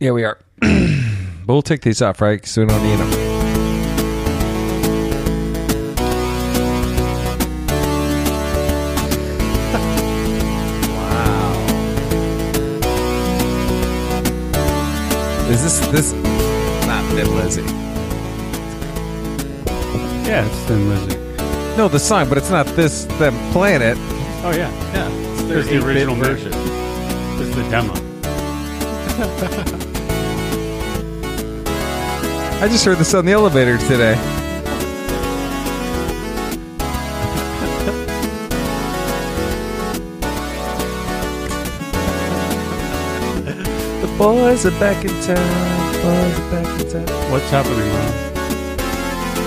Yeah, we are. but we'll take these off, right? Because we don't need them. Is this this not Thin Lizzy? Yeah, it's Thin Lizzy. No, the song, but it's not this them playing it. Oh yeah, yeah. It's their the original version. It's the demo. I just heard this on the elevator today. the boys are back in town. Boys are back in town. What's happening, Ron?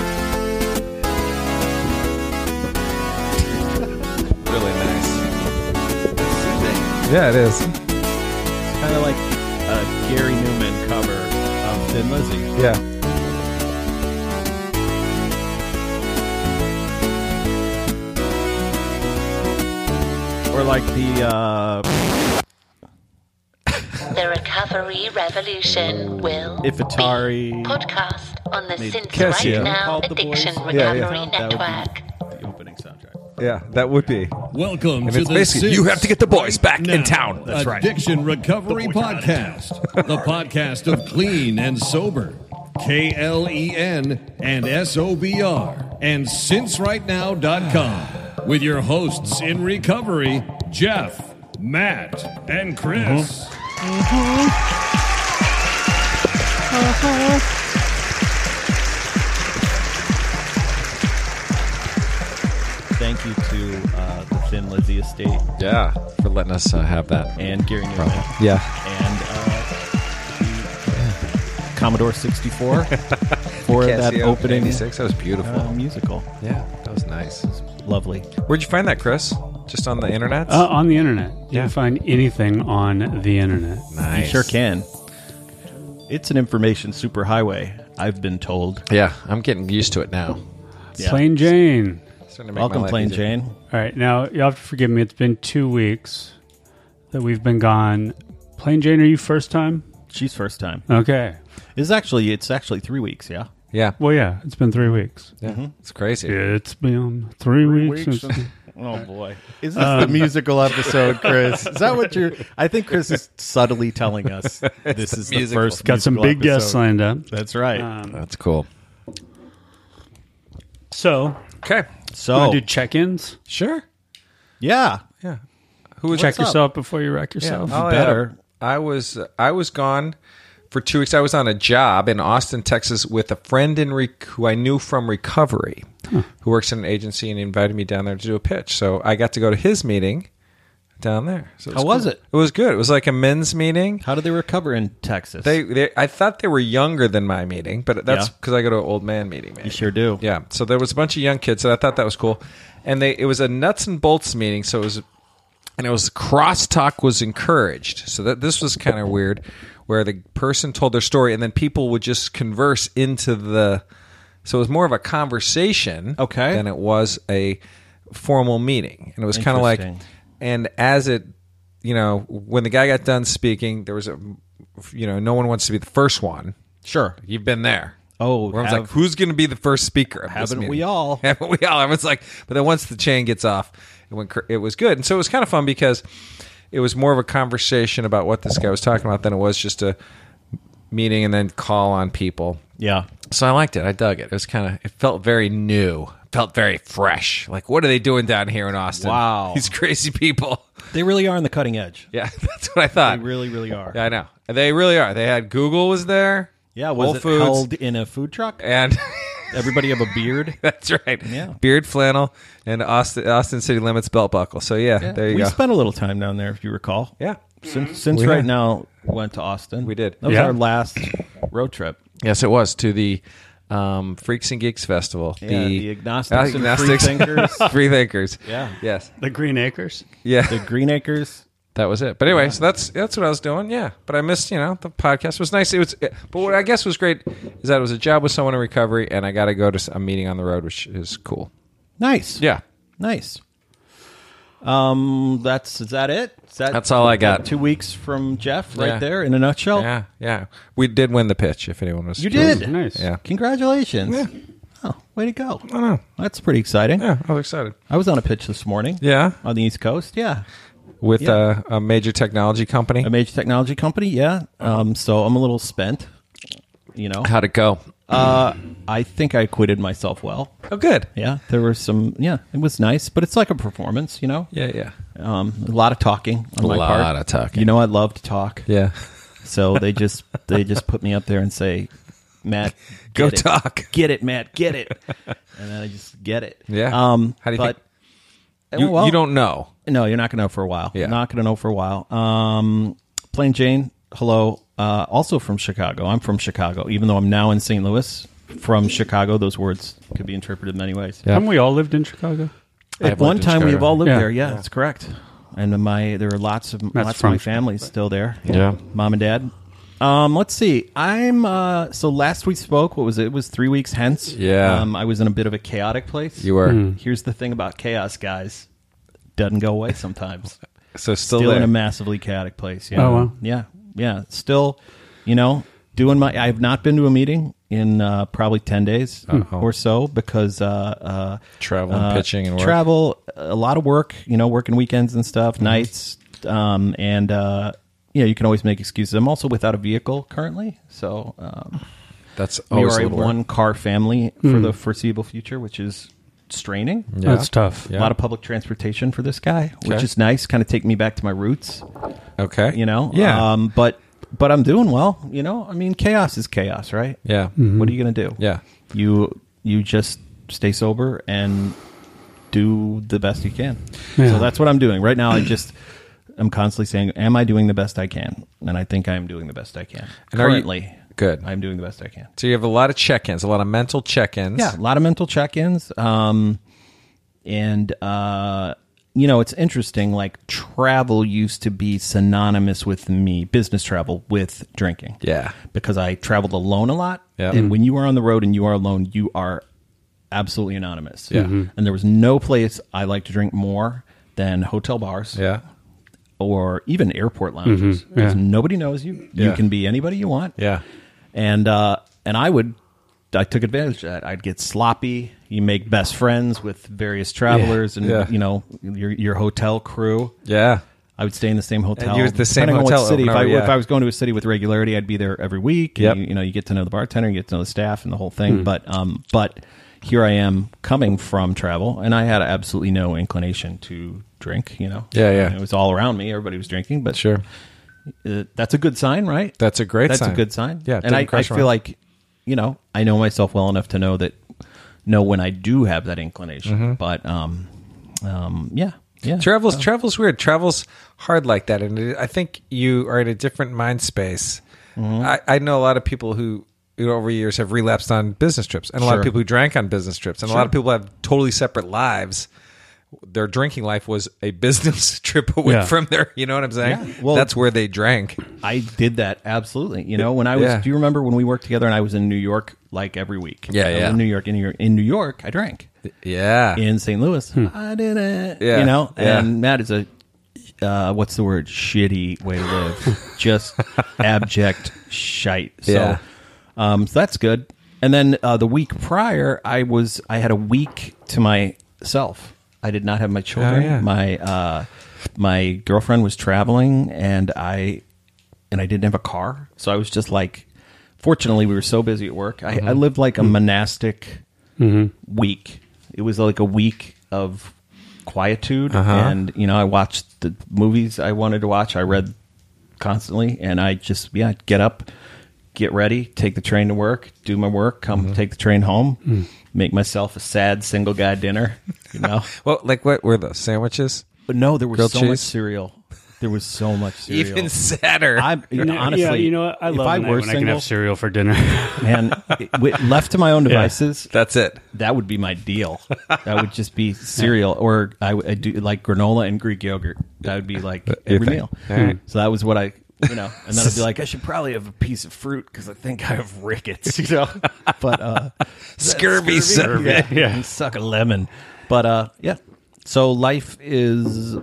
Really nice. Yeah, it is. Kind of like a Gary Newman cover of Thin Lizzy. Yeah. Or like the, uh, The Recovery Revolution will if Atari. be podcast on the made Since Casio. Right Now Called the Addiction boys. Yeah, yeah. Recovery That would be- Network. the opening soundtrack. Yeah, that would be. Welcome If to it's the basically, Six you have to get the boys back Now in town. That's right. Addiction Recovery Podcast, the podcast of clean and sober, K L E N and S O B R, and sincerightnow.com with your hosts in recovery, Jeff, Matt, and Chris. Thank you to uh, the Thin Lizzy Estate Yeah, for letting us uh, have that. and Gary Newman Problem. Yeah. and uh, the Commodore 64 for that Casio opening 86. That was beautiful. uh, musical. yeah, that was nice. Lovely. Where'd you find that, Chris? Just on the internet? Uh, on the internet, you Yeah. can find anything on the internet. nice. You sure can. It's an information superhighway, I've been told. Yeah, I'm getting used to it now. Yeah. Plain Jane. Starting to make my Welcome, life Plain easier. Jane. All right, now you have to forgive me. It's been two weeks that we've been gone. Plain Jane, are you first time? She's first time. Okay. It's actually it's actually three weeks, yeah. Yeah, Well, yeah, it's been three weeks. yeah. it's crazy. It's been three, weeks. since- Oh boy. Is this Um, the musical episode, Chris? Is that what you're? I think Chris is subtly telling us this is the musical. first. Got some musical big guests episode. Um, lined up. That's right. That's cool. So, Okay, you So want to do check-ins? sure. yeah, Yeah. Who was Check yourself before you wreck yourself. Oh, better. yeah. I was I was gone for two weeks. I was on a job in Austin, Texas, with a friend in rec- who I knew from recovery, who works in an agency, and he invited me down there to do a pitch. So I got to go to his meeting down there. So How was cool. it? It was good. It was like a men's meeting. how did they recover in Texas? They, they I thought they were younger than my meeting, but that's Yeah. because I go to an old man meeting. Maybe. you sure do. Yeah. So there was a bunch of young kids, and I thought that was cool. And they it was a nuts and bolts meeting, so it was and it was crosstalk was encouraged. So that this was kind of weird, where the person told their story and then people would just converse into the so it was more of a conversation Okay. than it was a formal meeting. And it was kind of like Interesting. and as it you know, when the guy got done speaking, there was a you know, no one wants to be the first one. Sure. You've been there. Oh, Everyone's have- like, who's going to be the first speaker? of this Haven't meeting? we all? Haven't we all? Everyone's like, but then once the chain gets off, it, went, cr- it was good. And so it was kind of fun because it was more of a conversation about what this guy was talking about than it was just a meeting and then call on people. Yeah. So I liked it. I dug it. It was kind of, it felt very new, felt very fresh. Like, what are they doing down here in Austin? Wow. These crazy people. They really are on the cutting edge. Yeah, that's what I thought. They really, really are. yeah, I know. They really are. They had Google was there. Yeah, was Whole it Foods. held in a food truck? And. Everybody have a beard. That's right. Yeah. Beard flannel and Austin, Austin City Limits belt buckle. So yeah, there you we go. spent a little time down there, if you recall. yeah. Since, since We right did. now went to Austin, We did. That was Yeah. our last road trip. Yes, it was to the um, Freaks and Geeks Festival. Yeah, the agnostics and free thinkers. free thinkers. Yeah. Yes. The Green Acres. Yeah. The Green Acres. that was it. But anyway, so that's that's what I was doing. Yeah. But I missed, you know, the podcast was nice. It was but what I guess was great is that it was a job with someone in recovery and I got to go to a meeting on the road which is cool. Nice. Yeah. Nice. Um, that's is that it? Is that, That's all I got. Two weeks from Jeff, right Yeah. there in a nutshell. Yeah, yeah. We did win the pitch. If anyone was, You did. Nice. Yeah. Congratulations. Oh, way to go. That's pretty exciting. Yeah, I was excited. I was on a pitch this morning. Yeah, On the East Coast. Yeah. with Yeah. uh, a major technology company. A major technology company. Yeah. Um, so I'm a little spent. You know, How'd it go? uh, I think I acquitted myself well. Oh, good. Yeah. There were some, yeah, it was nice, but it's like a performance, you know? Yeah, yeah, Um, a lot of talking on my Lot part. of talking. You know, I love to talk. yeah. So they just they just put me up there and say, Matt, Go get it. talk. Get it, Matt, get it. And then I just get it. Yeah. Um How do you but, eh, You, Oh, well, you don't know. No, you're not gonna know for a while. Yeah. Not gonna know for a while. Um Plain Jane, hello. Uh also from Chicago. I'm from Chicago, even though I'm now in St. Louis. From Chicago, those words could be interpreted many ways. Haven't we all lived in Chicago? At one time, we have all lived Yeah. there. Yeah, that's correct. And my there are lots of lots of from my family still there. Yeah. mom and dad. Um, let's see. I'm uh, so last we spoke. What was it? It was three weeks hence. Yeah. Um, I was in a bit of a chaotic place. You were Here's the thing about chaos, guys. Doesn't go away sometimes. so still, still in there. a massively chaotic place. Yeah. Oh, wow. Yeah. Yeah. Still, you know, doing my. I've not been to a meeting in uh, probably ten days or so because uh, uh, Travel and pitching and work. Mm-hmm. travel, a lot of work. You know, working weekends and stuff, nights, um, and uh, you know, you can always make excuses. I'm also without a vehicle currently, so um, That's we always Mm. are a a little one car family for the foreseeable future, which is straining. Yeah. That's tough. Yeah. A lot of public transportation for this guy, which Okay. is nice. Kind of take me back to my roots Okay. you know Yeah. um but but i'm doing well you know i mean chaos is chaos right yeah. what are you gonna do Mm-hmm. Yeah. you you just stay sober and do the best you can so Yeah. that's what i'm doing right now i just i'm constantly saying am i doing the best i can and i think i'm doing the best i can And are you- currently Good. i'm doing the best i can so you have a lot of check-ins, a lot of mental check-ins. yeah, a lot of mental check-ins. Um, and uh, you know, it's interesting. Like travel used to be synonymous with me, business travel with drinking. Yeah. because I traveled alone a lot. Yeah. and when you are on the road and you are alone, you are absolutely anonymous. Yeah. Mhm. and there was no place I like to drink more than hotel bars Yeah. or even airport lounges because yeah. nobody knows you. You Yeah. can be anybody you want Yeah. and uh, and I would I took advantage of that. I'd get sloppy. You make best friends with various travelers, and yeah. you know your your hotel crew. Yeah. I would stay in the same hotel. you were at the same depending on what hotel city. If over I, and over, if yeah. I was going to a city with regularity, I'd be there every week. and Yep. Hmm. You, you know, you get to know the bartender, you get to know the staff, and the whole thing. But um, but here I am coming from travel, and I had absolutely no inclination to drink. You know, Yeah, yeah. It was all around me. Everybody was drinking, but Sure. uh, that's a good sign, right? That's a great That's sign. a good sign. Yeah, and didn't I, I crush feel around. like you know I know myself well enough to know that know when I do have that inclination. Mm-hmm. But um, um, yeah, yeah, Travel's travel's weird. Travel's hard like that, and it, I think you are in a different mind space. Mm-hmm. I, I know a lot of people who, who over years have relapsed on business trips, and a lot of Sure. people who drank on business trips, and a lot of people have totally separate lives. Their drinking life was a business trip away Yeah. from their. You know what I'm saying? Yeah. Well- that's where they drank. I did that absolutely. You know, when I was, Yeah. do you remember when we worked together and I was in New York like every week? Yeah, I was yeah. In New York, in New York, in New York, I drank. Yeah, Hmm. In St. Louis, I didn't. Yeah, You know, yeah. and that is a uh, what's the word? Shitty way to live. Just abject shite. So, Yeah. um, so that's good. And then uh, the week prior, I was I had a week to myself. I did not have my children. Oh, yeah. My uh, my girlfriend was traveling, and I and I didn't have a car, so I was just like. Fortunately, we were so busy at work. I, I Mm-hmm. lived like a Hmm. monastic week. It was like a week of quietude, and you know, I watched the movies I wanted to watch. I read constantly, and I just yeah, I'd get up, get ready, take the train to work, do my work, come take the train home, make myself a sad single guy dinner. You know, Well, like what were those sandwiches? but no, there was Grilled so much cheese? cereal. There was so much cereal. Even sadder. I'm you know, honestly, yeah, you know what? I if love I a night were when I can have single, cereal for dinner. man, it- wi- left to my own devices, that's it. that would be my deal. that would just be cereal, or I would I'd do like granola and Greek yogurt. That would be like every Uh, thing. meal. All right. So that was what I, you know, and then I'd be like, I should probably have a piece of fruit because I think I have rickets, you know. But uh, Scurvy, scurvy. yeah, and suck a lemon. But uh, yeah, So life is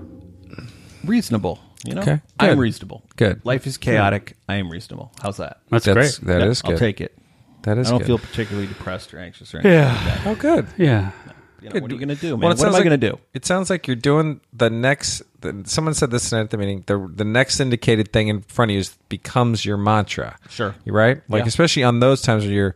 reasonable. You know, Okay, I'm good. reasonable. Good. Life is chaotic. I am reasonable. How's that? That's, That's- great. that Yeah, is I'll good. take it. That is I don't good. feel particularly depressed or anxious or anything. Yeah. oh, good. Yeah. You know, what are you gonna do, man? Well, it what am sounds I gonna like- do? It sounds like you're doing the next. The, someone said this tonight at the meeting. The the next indicated thing in front of you is, becomes your mantra. Sure. you right. Like Yeah. especially on those times when you're.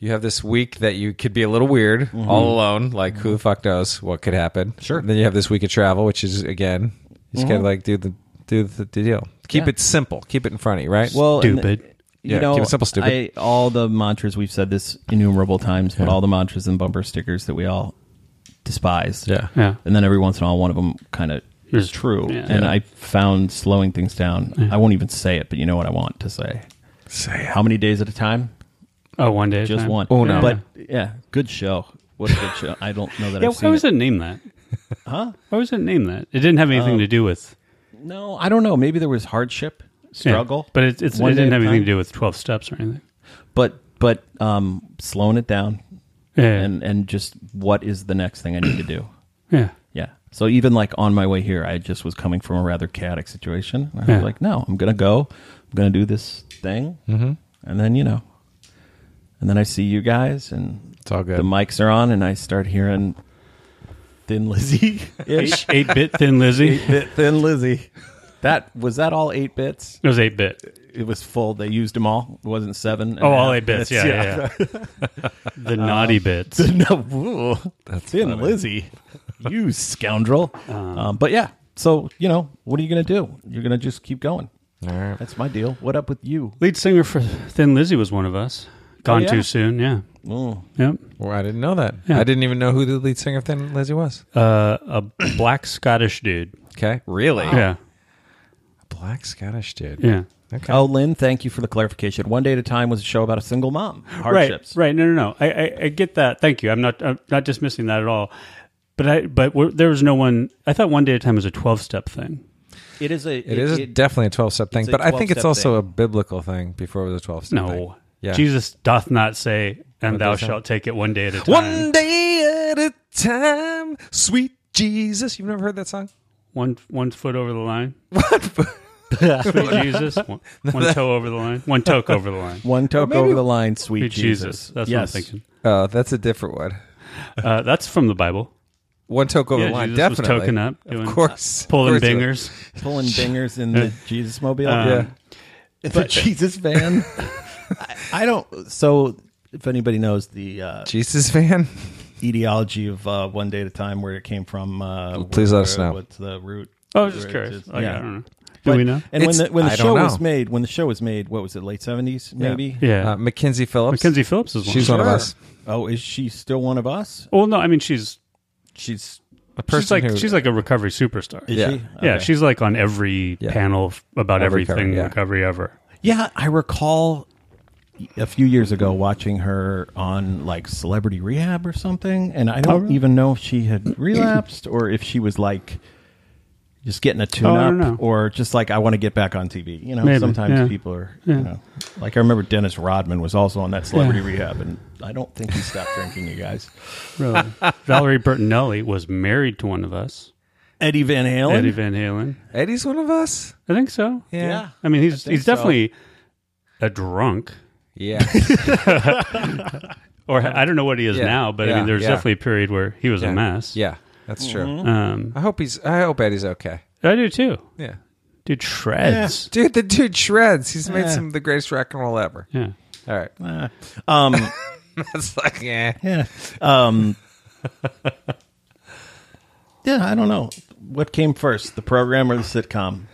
You have this week that you could be a little weird, Mm-hmm. all alone. Like who the fuck knows what could happen? Sure. then you have this week of travel, which is again, you just gotta like do the do the, the deal. Keep Mm-hmm. Yeah. it simple. Keep it in front of you, right? Well, and- Stupid. You Yeah, know, keep it simple, stupid. I, all the mantras we've said this innumerable times, but all the mantras and bumper stickers that we all despise. Yeah. Yeah. And then every once in a while, one of them kind of is Is- true. yeah. And I found slowing things down. I won't even say it, but you know what I want to say. say How many days at a time? Oh, one day. at a Just time. one. Oh, no. But yeah, good show. What a good show. I don't know that Yeah, I've seen why was it. it named that? Huh? Oh. Why was it named that? It didn't have anything to do with No, I don't know. Maybe there was hardship, yeah. struggle. but it, it's, it one day didn't at have a anything to time. do with twelve steps or anything. But, but um, slowing it down Yeah, and, and just what is the next thing I need to do? yeah, Yeah. So even like on my way here, I just was coming from a rather chaotic situation. I was Yeah. like, no, I'm gonna go. I'm gonna do this thing, mm-hmm. and then you know, and then I see you guys, and It's all good. the mics are on, and I start hearing Thin Lizzy, eight, eight bit thin Lizzy. Bit Thin Lizzy. That was that all eight bits. It was eight bit. It was full. They used them all. It wasn't seven. and Oh, a all half eight bits. Yeah, yeah. yeah. the naughty bits. no, ooh, Thin Lizzy, you scoundrel. Um, but yeah, so you know, what are you gonna do? You're gonna just keep going. All right. That's my deal. What up with you? Lead singer for Thin Lizzy was one of us. Gone yeah? too soon. Oh, Yeah. Mm. Yep. Well, I didn't know that. Yeah. I didn't even know who the lead singer of Thin Lizzy was. Uh, a black Scottish dude. Okay, really? Yeah. Black Scottish dude. Yeah. Okay. Oh, Lynn, thank you for the clarification. One Day at a Time was a show about a single mom. Hardships. Right. Right. No. No. No. I, I, I get that. Thank you. I'm not. I'm not dismissing that at all. But I. But we there was no one. I thought one day at a time was a twelve step thing. It is a. it is definitely a 12 step thing, a but I think 12-step it's also thing. a biblical thing before it was a 12 step. thing. No. Yeah. Jesus doth not say, "And thou does that? shalt take it one day at a time." One day at a time, sweet Jesus. You've never heard that song? one one foot over the line. Sweet Jesus, one, one toe over the line, one toke over the line. One toke over the line, sweet, Sweet Jesus, Jesus. that's yes. what I'm thinking. Oh, that's a different one. Uh, that's from the Bible. One toke over Yeah, the line, Jesus was definitely. token up, doing- of course. Pulling of course he was. bingers. Pulling dingers in the Jesus mobile. Yeah. Um, the Jesus van. I, I don't. So, if anybody knows the uh, Jesus fan? etiology of uh, One Day at a Time, where it came from, uh, Please where- let us know. What's the root? Oh, I was just where it curious. is. Like, I don't know. Do But- we know? And It's- when the, when the I don't show was know. made, when the show was made, what was it? Late seventies, maybe. Yeah, Uh, Mackenzie Phillips. Mackenzie Phillips is one. She's one of Sure. us. Oh, is she still one of us? Well, no, I mean she's She's A she's person like who- she's like a recovery superstar. is Yeah. she? Yeah, Okay. she's like on every Yeah. panel f- about On recovery, everything recovery, yeah. ever. yeah. I recall a few years ago watching her on like Celebrity Rehab or something, and I don't Oh, really? even know if she had relapsed or if she was like just getting a tune Oh, I don't know. up or just like I want to get back on TV. You know, Maybe, sometimes yeah. people are you know like I remember Dennis Rodman was also on that Celebrity Rehab, and I don't think he stopped drinking. You guys, Really, Valerie Bertinelli was married to one of us, Eddie Van Halen. Eddie Van Halen. Eddie's one of us? I think so. yeah. I mean, he's think he's definitely a drunk, Yeah. or I don't know what he is Yeah. now, but I Yeah. mean, there's Yeah. definitely a period where he was Yeah. a mess. yeah. That's true. Mm-hmm. um, I hope he's. I hope Eddie's okay. I do too. Yeah, Dude, shreds. dude. The dude shreds. He's made Yeah. some of the greatest rock and roll ever. Yeah. All right. Ah. um. That's like yeah. Yeah. Um, yeah, I don't know. What came first, the program or the sitcom?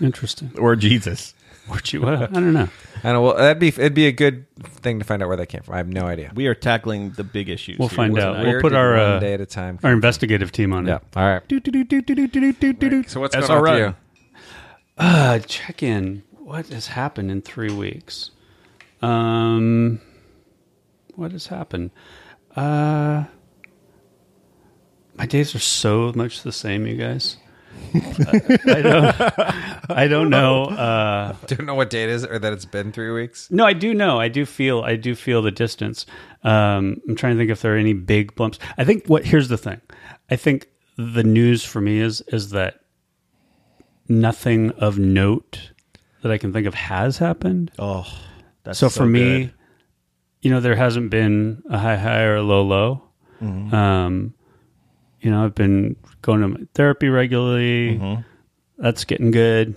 interesting. Or Jesus? What you? I don't know. I know. Well, that'd be it'd be a good thing to find out where that came from. I have no idea. We are tackling the big issues. We'll here. find Wasn't out. I? We'll Where put did our, one uh, day at a time. Our investigative team on yeah. it. All right. So what's going on SRO. with you? Uh, check in. What has happened in three weeks? Um, what has happened? Uh, my days are so much the same, you guys. I, I don't. I don't know. Uh, Don't know what date it is or that it's been three weeks. No, I do know. I do feel. I do feel the distance. Um, I'm trying to think if there are any big bumps. I think what here's the thing. I think the news for me is is that nothing of note that I can think of has happened. Oh, that's so, for me, good. you know, there hasn't been a high high or a low low. Um, you know, I've been going to my therapy regularly. That's getting good.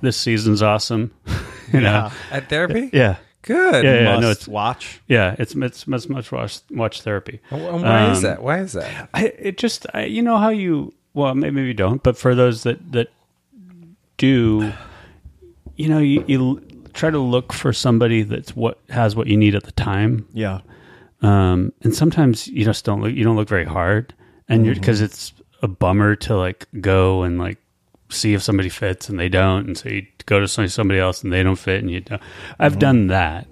This season's awesome. you know, At therapy? yeah, Good. yeah, yeah. must No, it's watch. yeah, it's it's much much watch watch therapy. And why is Um, that? Why is that? I, it just I, you know how you well may- maybe you don't but for those that that do you know you, you l- try to look for somebody that's what has what you need at the time Yeah, um and sometimes you just don't look you don't look very hard and you're because it's a bummer to like go and like see if somebody fits and they don't and so you go to some- somebody else and they don't fit and you don't i've done that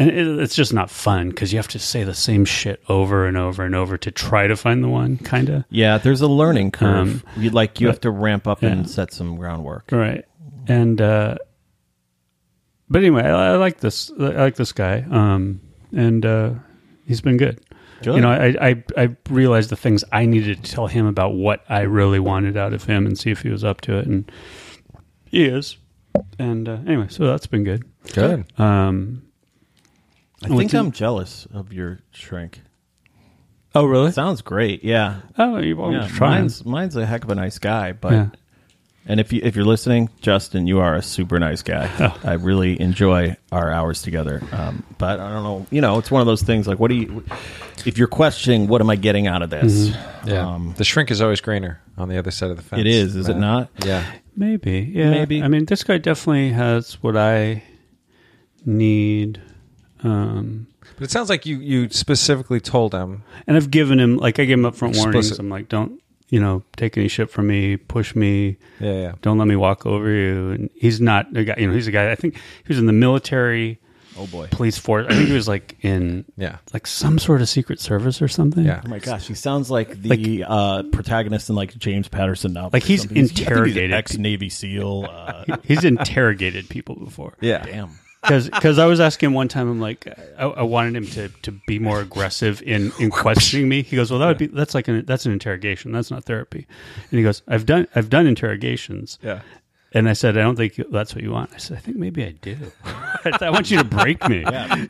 and it, it's just not fun because you have to say the same shit over and over and over to try to find the one kind of yeah. There's a learning curve. you like Um, you but- have to ramp up yeah. and set some groundwork. right and uh but anyway I, I like this i like this guy um and uh he's been good you Good. know I, I i realized the things i needed to tell him about what i really wanted out of him and see if he was up to it and he is and uh, anyway so that's been good Good. Uh, um I What's think in- I'm jealous of your shrink. oh really Sounds great. Yeah, oh you want me Yeah, to try mine's mine's a heck of a nice guy, but Yeah. and if you if you're listening, Justin, you are a super nice guy. I really enjoy our hours together. Um, but I don't know, you know, it's one of those things like what do you if you're questioning what am I getting out of this? Um, Yeah. the shrink is always greener on the other side of the fence. It is, is it Matt. not? Yeah. Maybe, yeah. Maybe. I mean, this guy definitely has what I need. Um, But it sounds like you, you specifically told him. and I've given him like I gave him upfront warnings. Explicit. I'm like, don't you know, take any shit from me, push me, Yeah, yeah. don't let me walk over you. And he's not a guy. You know, he's a guy. I think he was in the military, Oh boy. police force. I think he was like in Yeah. like some sort of secret service or something. Yeah. Oh my gosh, he sounds like the uh, protagonist in like James Patterson novel. Like, or he's something. I think interrogated ex Navy SEAL. Uh, he's interrogated people before. Yeah. damn. because I was asking one time, I'm like, I, I wanted him to, to be more aggressive in, in questioning me. He goes, well, that would be that's like an that's an interrogation. That's not therapy. And he goes, I've done I've done interrogations. Yeah. And I said, I don't think you- that's what you want. I said, I think maybe I do. I said, I want you to break me.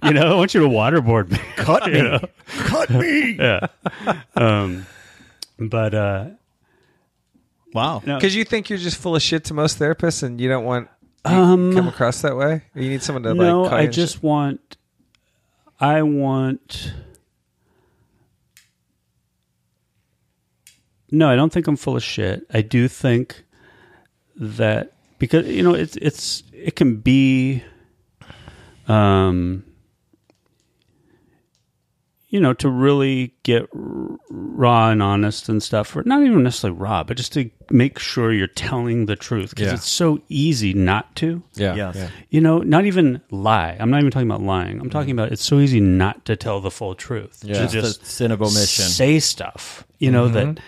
You know, I want you to waterboard me. Cut me. Cut me. Um, But uh, Wow. No. Because you think you're just full of shit to most therapists and you don't want you um, come across that way? Or you need someone to Mm. no, like call I you and just shit? want. I want. No, I don't think I'm full of shit. I do think that because you know it's it's it can be, um, you know, to really get r- raw and honest and stuff, or not even necessarily raw, but just to make sure you're telling the truth because Yeah. it's so easy not to Yeah. Yes. yeah. you know, not even lie. I'm not even talking about lying. I'm talking about it's so easy not to tell the full truth. Mm. Yeah. To Just, a sin of omission. say stuff, you know, Mm-hmm. that,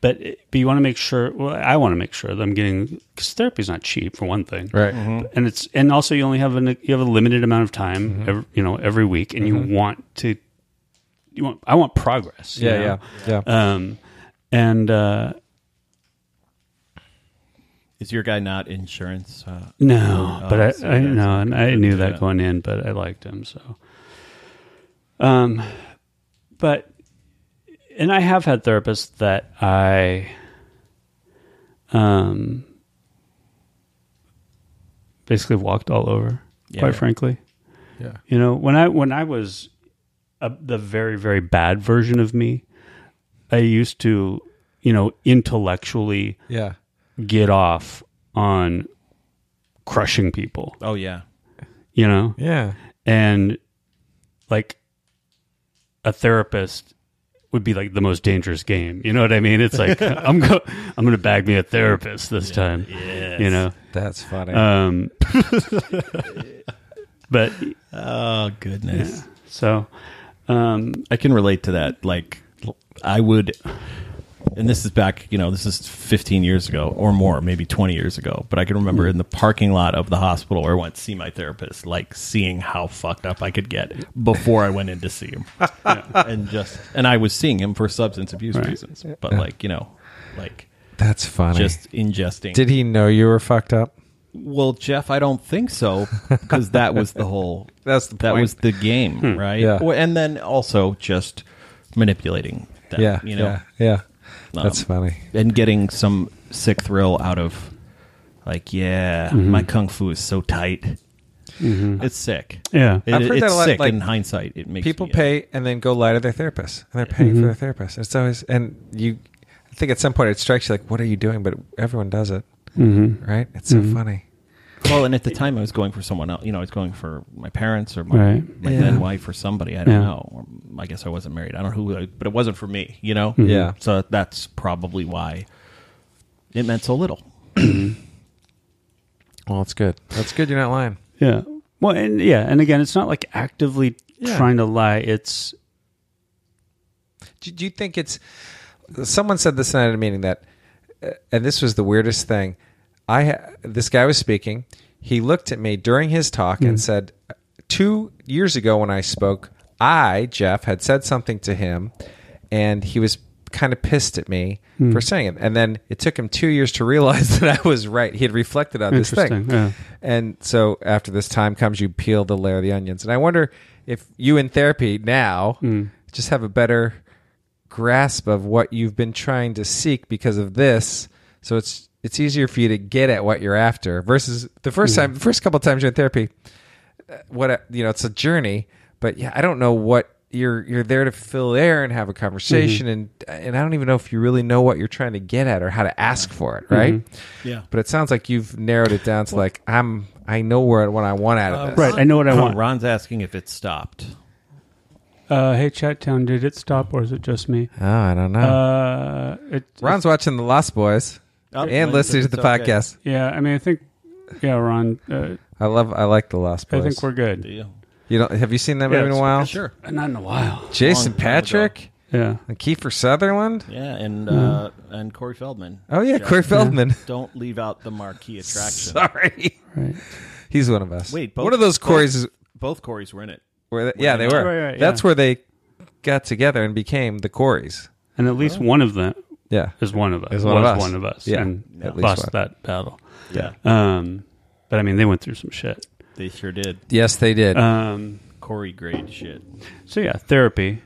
but, it- but you want to make sure, well, I want to make sure that I'm getting, because therapy's not cheap for one thing. Right. And it's, and also you only have an, you have a limited amount of time, Mm-hmm. every, you know, every week and you want to, you want, I want progress. you Yeah, know? yeah. Yeah. Um, and, uh, Is your guy not insurance? Uh, No, Oh, but I, so I that's know, and I good, knew that yeah. going in, but I liked him so. Um, but and I have had therapists that I, um, basically walked all over. Yeah. quite frankly, Yeah. You know, when I when I was a, the very very bad version of me, I used to, you know, intellectually Yeah. get off on crushing people, oh yeah. you know? Yeah. And like a therapist would be like the most dangerous game. You know what I mean? It's like I'm go I'm going to bag me a therapist this time. You know. That's funny. Um but Oh goodness. so um I can relate to that. Like, I would, and this is back, you know, this is 15 years ago or more, maybe 20 years ago, but I can remember in the parking lot of the hospital where I went to see my therapist, like seeing how fucked up I could get before I went in to see him. And just, and I was seeing him for substance abuse reasons, but like, you know, like That's funny. just ingesting. Did he know you were fucked up? well, Jeff, I don't think so because that was the whole. That's the that point. Hmm. was the game, right? Yeah. Well, and then also just manipulating. Them, yeah, you know, yeah, yeah. Um, That's funny. and getting some sick thrill out of like yeah Mm-hmm. my kung fu is so tight it's sick Yeah. It- I've heard it's that a lot, sick like, in hindsight it makes People me- uh, pay and then go lie to their therapist, and they're paying for their therapist. It's always and you. I think at some point it strikes you like, what are you doing? But everyone does it, mm-hmm. right? It's so funny. well and at the time i was going for someone else you know i was going for my parents or my, Right. my then wife or somebody i don't Yeah. know or mm, i guess i wasn't married i don't know who I, but it wasn't for me you know Mm-hmm. Yeah. so that's probably why it meant so little Well, it's good. That's good. You're not lying. Yeah. Well, and yeah, and again, it's not like actively trying to lie. It's do, do you think it's someone said this night at a meeting that uh, and this was the weirdest thing i ha- this guy was speaking he looked at me during his talk Mm. and said two years ago when i spoke i jeff had said something to him and he was kind of pissed at me Mm. for saying it and then it took him two years to realize that i was right he had reflected on this thing Interesting, yeah. and so after this time comes, you peel the layer of the onions. And I wonder if you in therapy now just have a better grasp of what you've been trying to seek because of this. So it's it's easier for you to get at what you're after versus the first time, the first couple times you're in therapy. uh, What I- you know, it's a journey. But yeah, I don't know what you're you're there to fill air and have a conversation, and and I don't even know if you really know what you're trying to get at or how to ask for it, right? yeah But it sounds like you've narrowed it down to like I'm. I know where what I want out of this. right. I know what I want. ron's asking if it stopped Uh, hey, Chattown, did it stop or is it just me? Oh, I don't know. Uh, it, Ron's watching the Lost Boys Oh, and Lynn listening to said the it's okay. podcast. yeah. I mean, I think, yeah, Ron. Uh, I love. I like the Lost I Boys. think we're Do good. you? You don't have you seen that Yeah, movie in a it's- while? sure Not in a while. Long time Jason ago. Patrick Yeah. and Kiefer Sutherland. yeah and Hmm. uh and corey feldman Oh yeah, Corey Feldman. don't leave out the marquee attraction Sorry, Right. he's one of us. Wait, both- one of those both- Corys. is- both Corys were in it. Were they, yeah, they were. Right, right, That's yeah. where they got together and became the Corys. And at least one of them Yeah, is one of us. Is one of was us. one of us. Yeah, And at least lost one. that battle. Yeah, Um, but I mean, they went through some shit. they sure did. yes, they did. Um, Corey grade shit. So yeah, therapy.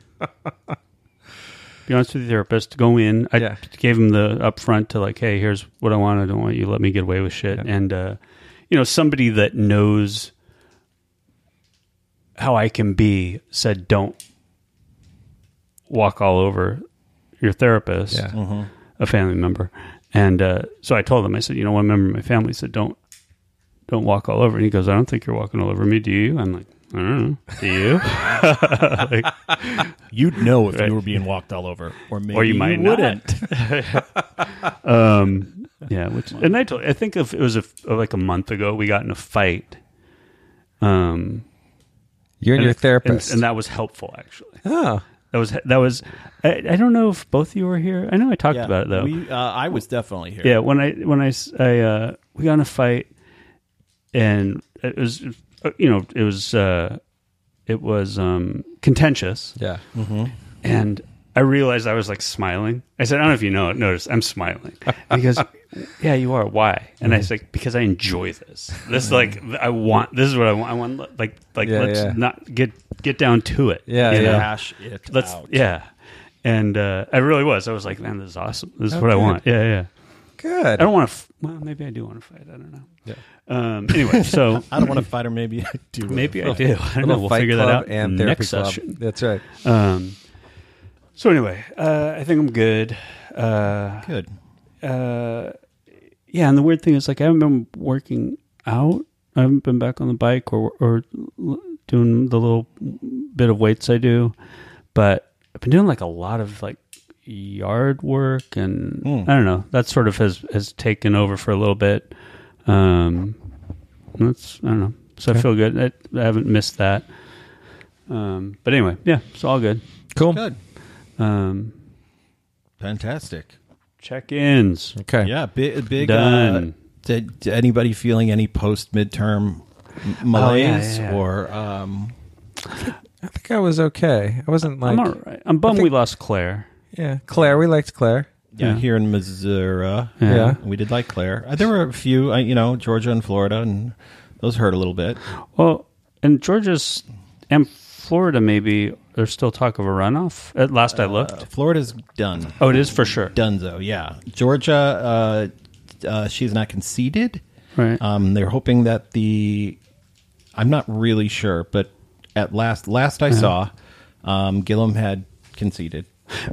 Be honest with the therapist. Go in. I Yeah. gave him the upfront to like, hey, here's what I want. I don't want you to let me get away with shit. And uh, you know, somebody that knows how I can be said, don't walk all over your therapist, Yeah. a family member. And uh, so I told him, I said, you know, one member of my family said, don't don't walk all over. And he goes, I don't think you're walking all over me. Do you? I'm like, I don't know. Do you? You'd know if Right. you were being walked all over, or maybe or you might not. wouldn't. um, yeah, which and I told I think if it was a f like a month ago we got in a fight. Um, you and your therapist. and, and that was helpful actually. oh, That was that was I, I don't know if both of you were here. I know I talked Yeah, about it though. we, uh, I was definitely here. yeah, when I when I s- I, uh, we got in a fight, and it was uh, you know it was uh, it was um contentious. yeah. and I realized I was like smiling. I said, I don't know if you know notice, I'm smiling. And he goes, Yeah, you are. Why? And I Mm. was like, Because I enjoy this. This like I want this is what I want. I want like like Yeah, let's yeah. not get get down to it. Yeah, you know? yeah. Hash it Let's out. yeah. And uh, I really was. I was like, man, this is awesome. This is Oh, what I good. want. Yeah, yeah. Good. I don't want to. F- well, maybe I do want to fight. I don't know. Yeah. Um, anyway, so I don't want to fight, or maybe I do. maybe I do. I don't know. Little We'll Fight figure that Club out and therapy next club. session. That's right. Um, so anyway, uh, I think I'm good. Uh, Good. uh, yeah, and the weird thing is, like, I haven't been working out. I haven't been back on the bike or or l- doing the little bit of weights I do, but I've been doing like a lot of like yard work and I don't know. That sort of has has taken over for a little bit. Um, that's I don't know. So I feel good. I, I haven't missed that. Um, but anyway, yeah, it's all good. Cool. Good. Um, Fantastic. check-ins. Okay. Yeah. Big. Big. Done. Uh, did, did anybody feeling any post midterm m- malaise Oh, yeah, yeah. or um, I think I was okay. I wasn't like I'm all right. I'm bummed we lost Claire. yeah. Claire, we liked Claire. Yeah. yeah, here in Missouri. Yeah. we did like Claire. Uh, There were a few, uh, you know, Georgia and Florida, and those hurt a little bit. Well, and Georgia's and Florida maybe there's still talk of a runoff. At last I looked. Florida's done, Oh, it is for sure. Dunzo. Yeah, Georgia. Uh, uh, she's not conceded. Right. Um, they're hoping that the. I'm not really sure, but at last, last I saw, um, Gillum had conceded.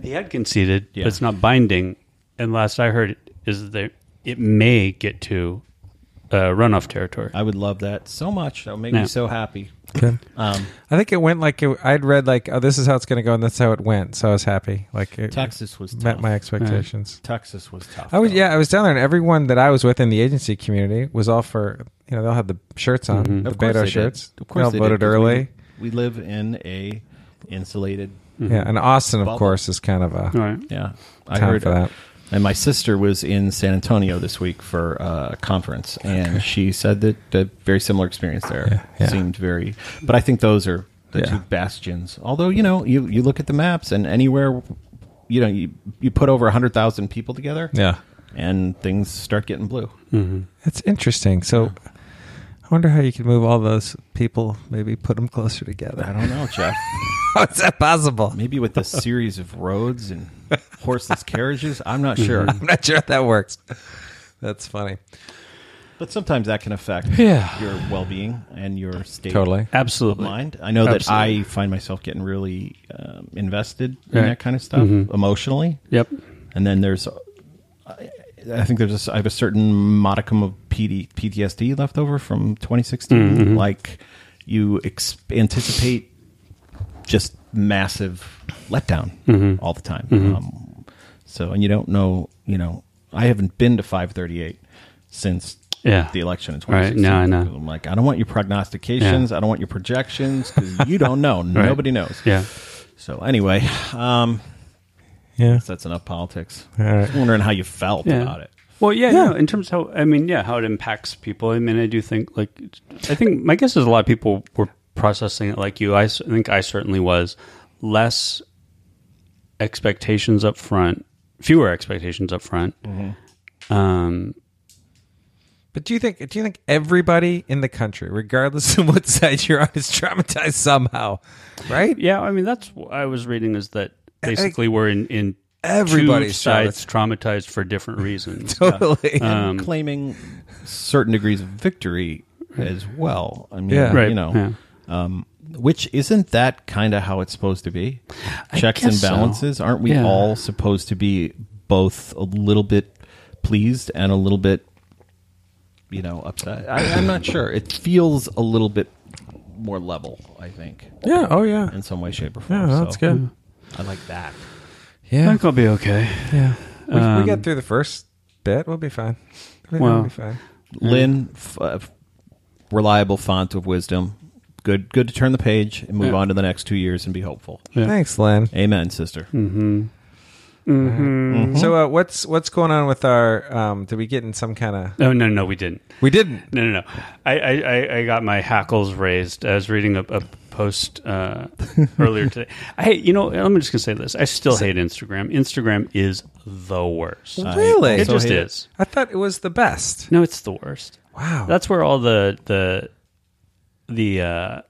They had conceded, Yeah. but it's not binding. And last I heard is that it may get to uh, runoff territory. I would love that so much. That would make Yeah. me so happy. Um, I think it went like it, I'd read like, oh, this is how it's going to go, and that's how it went. So I was happy. Like it Texas was met tough. my expectations. Texas was tough. I was though. yeah, I was down there, and everyone that I was with in the agency community was all for you know they'll have the shirts on, the Mm-hmm. Of course they Beto did. shirts. Of course, they all they did, voted 'cause early. We, we live in a insulated. Yeah, and Austin, of Bubble. course, is kind of a All right. Yeah, I Time heard uh, for that. And my sister was in San Antonio this week for a conference, and she said that a very similar experience there yeah. seemed very. But I think those are the Yeah. two bastions. Although you know, you you look at the maps, and anywhere, you know, you you put over hundred thousand people together, yeah. Hmm. and things start getting blue. That's interesting. So I wonder how you could move all those people, maybe put them closer I together. don't know, Jeff. How is that possible? I'm Maybe with a series of roads and horseless carriages, I'm not sure. not sure if that works. That's funny. But sometimes that can affect Yeah. your well being and your state Totally. of Absolutely. mind. I know Absolutely. that I find myself getting really um, invested Right. Mm-hmm. in that kind of stuff emotionally. Yep. And then there's, I, I think there's, a s I have a certain modicum of PD, PTSD left over from 2016. Mm-hmm. Like you ex- anticipate just massive letdown Mm-hmm. all the time. Um, so, and you don't know, you know, I haven't been to 538 since Yeah. the election in Right. 2016. No, I know. am like, I don't want your prognostications. I don't want your projections 'cause you don't know. Right. Nobody knows. Yeah. So anyway, um, Yeah. that's enough politics. All right. I was wondering how you felt Yeah. about it. Well, yeah, No, in terms of how, I mean, yeah, how it impacts people. I mean, I do think, like, I think my guess is a lot of people were processing it like you. I, s- I think I certainly was less expectations up front, fewer expectations up front. Um, But do you think do you think everybody in the country, regardless of what side you're on, is traumatized somehow? Right? yeah, I mean, that's what I was reading is that basically we're in, in two Everybody's sides traumatized for different reasons. Totally. And claiming Um, certain degrees of victory as well. I mean, Yeah. Right, you know, yeah. um, which isn't that kind of how it's supposed to be? Checks and guess so. balances. Aren't we Yeah. all supposed to be both a little bit pleased and a little bit, you know, upset? I, I'm not sure. It feels a little bit more level, I think, yeah, oh yeah. in some way, shape, or form. Yeah, that's So good. I like that. I Yeah. think I'll be okay. We, we get through the first bit, we'll be fine. Um, We'll Well, be fine. Lynn, f- uh, reliable font of wisdom. Good, good to turn the page and move Yeah. on to the next two years and be hopeful. Thanks, Len. Amen, sister. Hmm. So uh, what's what's going on with our? Um, did we get in some kind of? No, no, no, we didn't. We didn't. No, no, no. I, I, I, I got my hackles raised. I was reading a, a post uh, earlier today. Hey, you know, I'm just gonna say this. I still hate Instagram. Instagram is the worst. really? it also just hate it. is. I thought it was the best. No, it's the worst. Wow. That's where all the the the uh,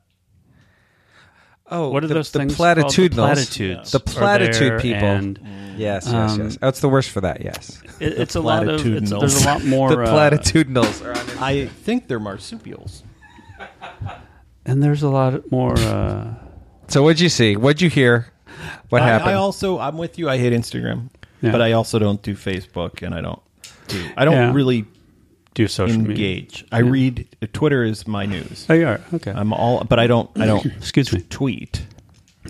oh, what are the, those the things? called? The Platitudinals. platitudes. The are there, platitude people. And um, Yes, yes, yes. Oh, it's the worst for that. Yes. it, it's a lot of. It's, platitudinals. there's a lot more. the uh, platitudinals are on it. I think they're marsupials. and there's a lot more. Uh, So what'd you see? What'd you hear? What I, happened? I also, I'm with you. I hate Instagram, Yeah. but I also don't do Facebook, and I don't. Do, I don't Yeah. really do social media. engage. I read Twitter is my news. Oh, you are okay. I'm all, but I don't. I don't Excuse me. tweet.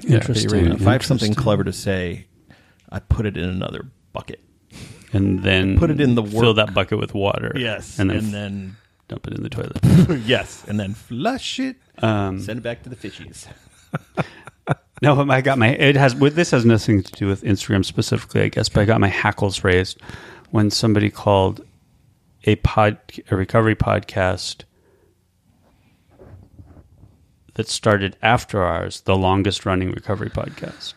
Interesting. If I have something Interesting. clever to say, I put it in another bucket. and then Put it in the fill work. that bucket with water. and then, and then dump it in the toilet. yes, and then flush it. Um, send it back to the fishies. no, but I got my it has with this has nothing to do with Instagram specifically, I guess. But I got my hackles raised when somebody called a pod a recovery podcast that started after ours the longest running recovery podcast.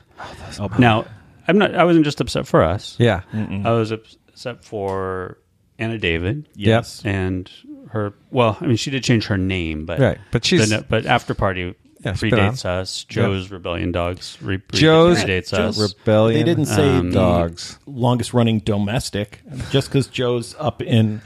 now I'm not. I wasn't just upset for us. Yeah. I was upset for Anna David. Yes. and her. Well, I mean, she did change her name, but Right, but she's- the- but after party Yeah, it's been predates us. Joe's Rebellion Dogs re- pre- Joe's predates us. Rebellion. They didn't say um, the dogs. longest running domestic just because Joe's up in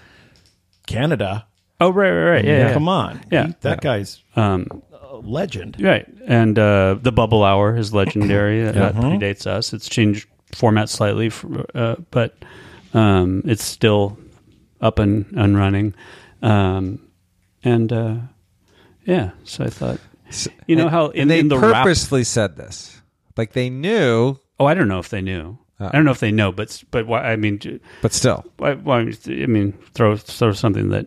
Canada. oh right, right, right. Yeah, yeah. Come on. Yeah. He- that guy's Um, a legend. right, and uh, the Bubble Hour is legendary. that, Uh-huh. that predates us. It's changed format slightly, for, uh, but um, it's still up and, and running. Um, and uh, yeah, so I thought. You know how in, and they in the rap- purposely said this, like they knew, Oh, I don't know if they knew. I don't know if they know, but but why? I mean, j- but still, why, why? I mean, throw throw something that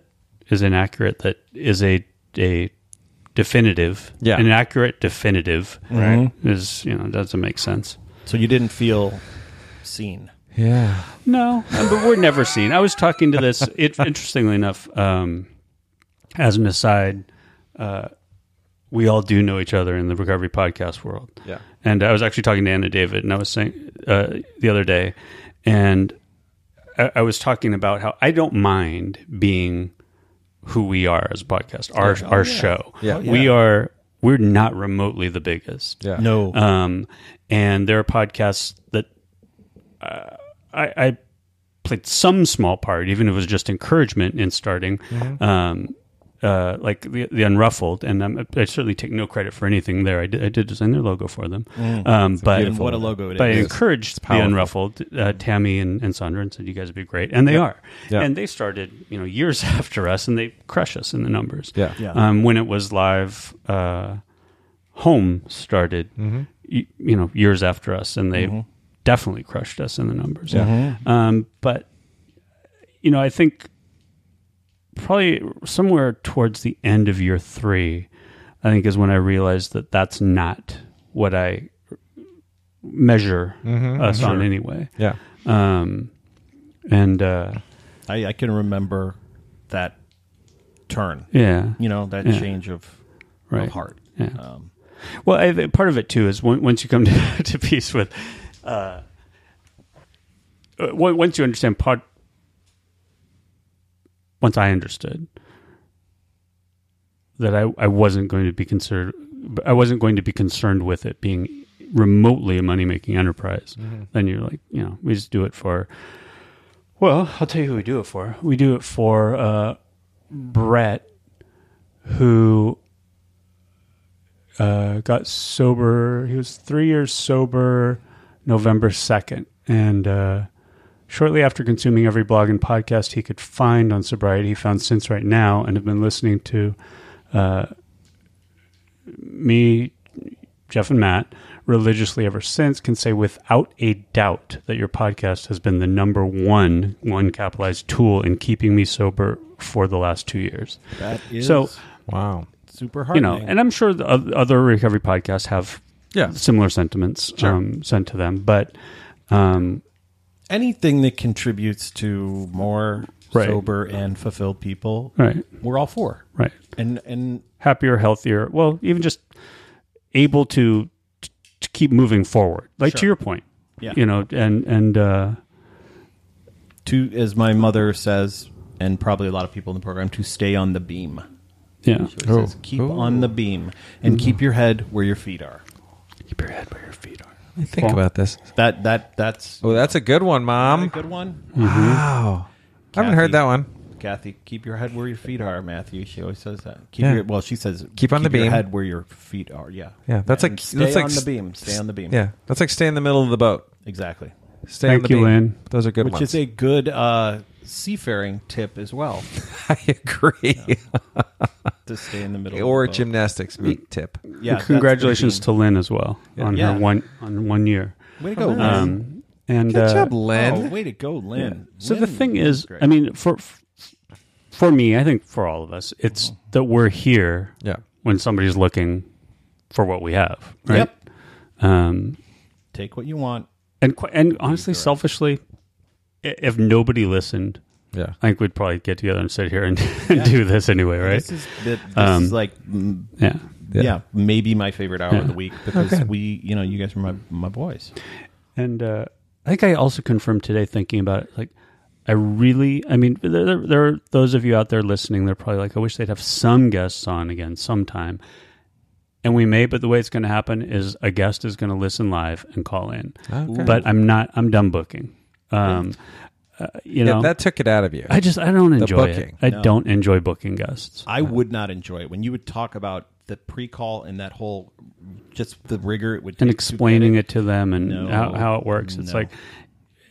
is inaccurate that is a a definitive, Yeah. an accurate definitive, Right. Is you know doesn't make sense. So you didn't feel seen. yeah, No, uh, but we're never seen. I was talking to this. It, interestingly enough, um, as an aside, uh, we all do know each other in the recovery podcast world. Yeah. And I was actually talking to Anna David, and I was saying uh, the other day, and I, I was talking about how I don't mind being who we are as a podcast, our our show. Yeah. Oh, we are. We're not remotely the biggest. yeah, No. Um, and there are podcasts that uh, I, I played some small part, even if it was just encouragement in starting, Mm-hmm. um, uh, like the, the Unruffled. And um, I certainly take no credit for anything there. I did, I did design their logo for them. Mm. um, but and what a logo it but I is. encouraged the Unruffled, uh, Tammy and, and Sandra, and said, "You guys would be great," and they are. Yeah. And they started, you know, years after us, and they crush us in the numbers. Yeah. Yeah. Um, when it was live, uh, home started, y- you know, years after us, and they definitely crushed us in the numbers. Yeah. Mm-hmm. Um, but you know, I think probably somewhere towards the end of year three, I think is when I realized that that's not what I measure us on anyway. yeah. Um, and uh, I, I can remember that turn, yeah, you know, that change of, right. of heart. Yeah. Um, Well, I, think part of it too is on- once you come to, to peace with, uh, uh, on- once you understand pod, once I understood that I, I wasn't going to be considered, I wasn't going to be concerned with it being remotely a money making enterprise. Then you're like, you know, we just do it for. Well, I'll tell you who we do it for. We do it for uh, Brett, who uh, got sober. He was three years sober November 2nd. And uh, shortly after consuming every blog and podcast he could find on sobriety, he found Since Right Now and have been listening to uh, me, Jeff, and Matt religiously ever since. Can say without a doubt that your podcast has been the number one, one capitalized tool in keeping me sober for the last two years. that is So Wow. super you heartening. know, and I'm sure the oth- other recovery podcasts have Yeah. similar sentiments um, sent to them, but um, anything that contributes to more Right. sober and fulfilled people, right, we're all for. right, And and happier, healthier. Well, even just able to t- to keep moving forward, like to your point, Yeah. you know, and and uh, to as my mother says, and probably a lot of people in the program, to stay on the beam. yeah, It Oh. says, keep on the beam and Mm-hmm. keep your head where your feet are. keep your head where your feet are. I think about this. That that that's Oh, that's a good one, a Mom. good one. Wow. I haven't Kathy. heard that one. Kathy, keep your head where your feet are, Matthew. She always says that. Keep Yeah. your well, she says Keep on the Your beam." head where your feet are. Yeah. Yeah, that's And like- stay that's like on the s- beam. Stay on the beam. Yeah, that's like stay in the middle of the boat. Exactly. Stay Thank on the you, beam. Lynn. Those are good Which ones. is a good uh, seafaring tip as well. I agree. to stay in the middle. or a of the boat. gymnastics meet tip. Yeah, that's the Congratulations beam. to Lynn as well on Yeah. her one on one year. Way to go, Lynn. Um, and Good uh, job, Lynn. Oh, way to go, Lynn. So the Lynn thing is, great. I mean, for for me, I think for all of us, it's that we're here Yeah. when somebody's looking for what we have, right? Yep. Um, Take what you want. and qu- and honestly, selfishly, i- if nobody listened, Yeah. I think we'd probably get together and sit here and, and do this anyway, right? This is the, this Um, is like mm, yeah. yeah. maybe my favorite hour Yeah. of the week because we you know you guys are my my boys. And uh, I think I also confirmed today thinking about it. Like, I really, I mean, there, there, there are those of you out there listening, they're probably like, I wish they'd have some guests on again sometime. And we may, but the way it's going to happen is a guest is going to listen live and call in. But I'm not, I'm done booking. Um, uh, you know, Yeah, that took it out of you. I just, I don't enjoy it. booking. I don't enjoy booking guests. I would not enjoy it when you would talk about the pre-call and that whole just the rigor it would take and to explaining get it to them and No. how, how it works. It's No. like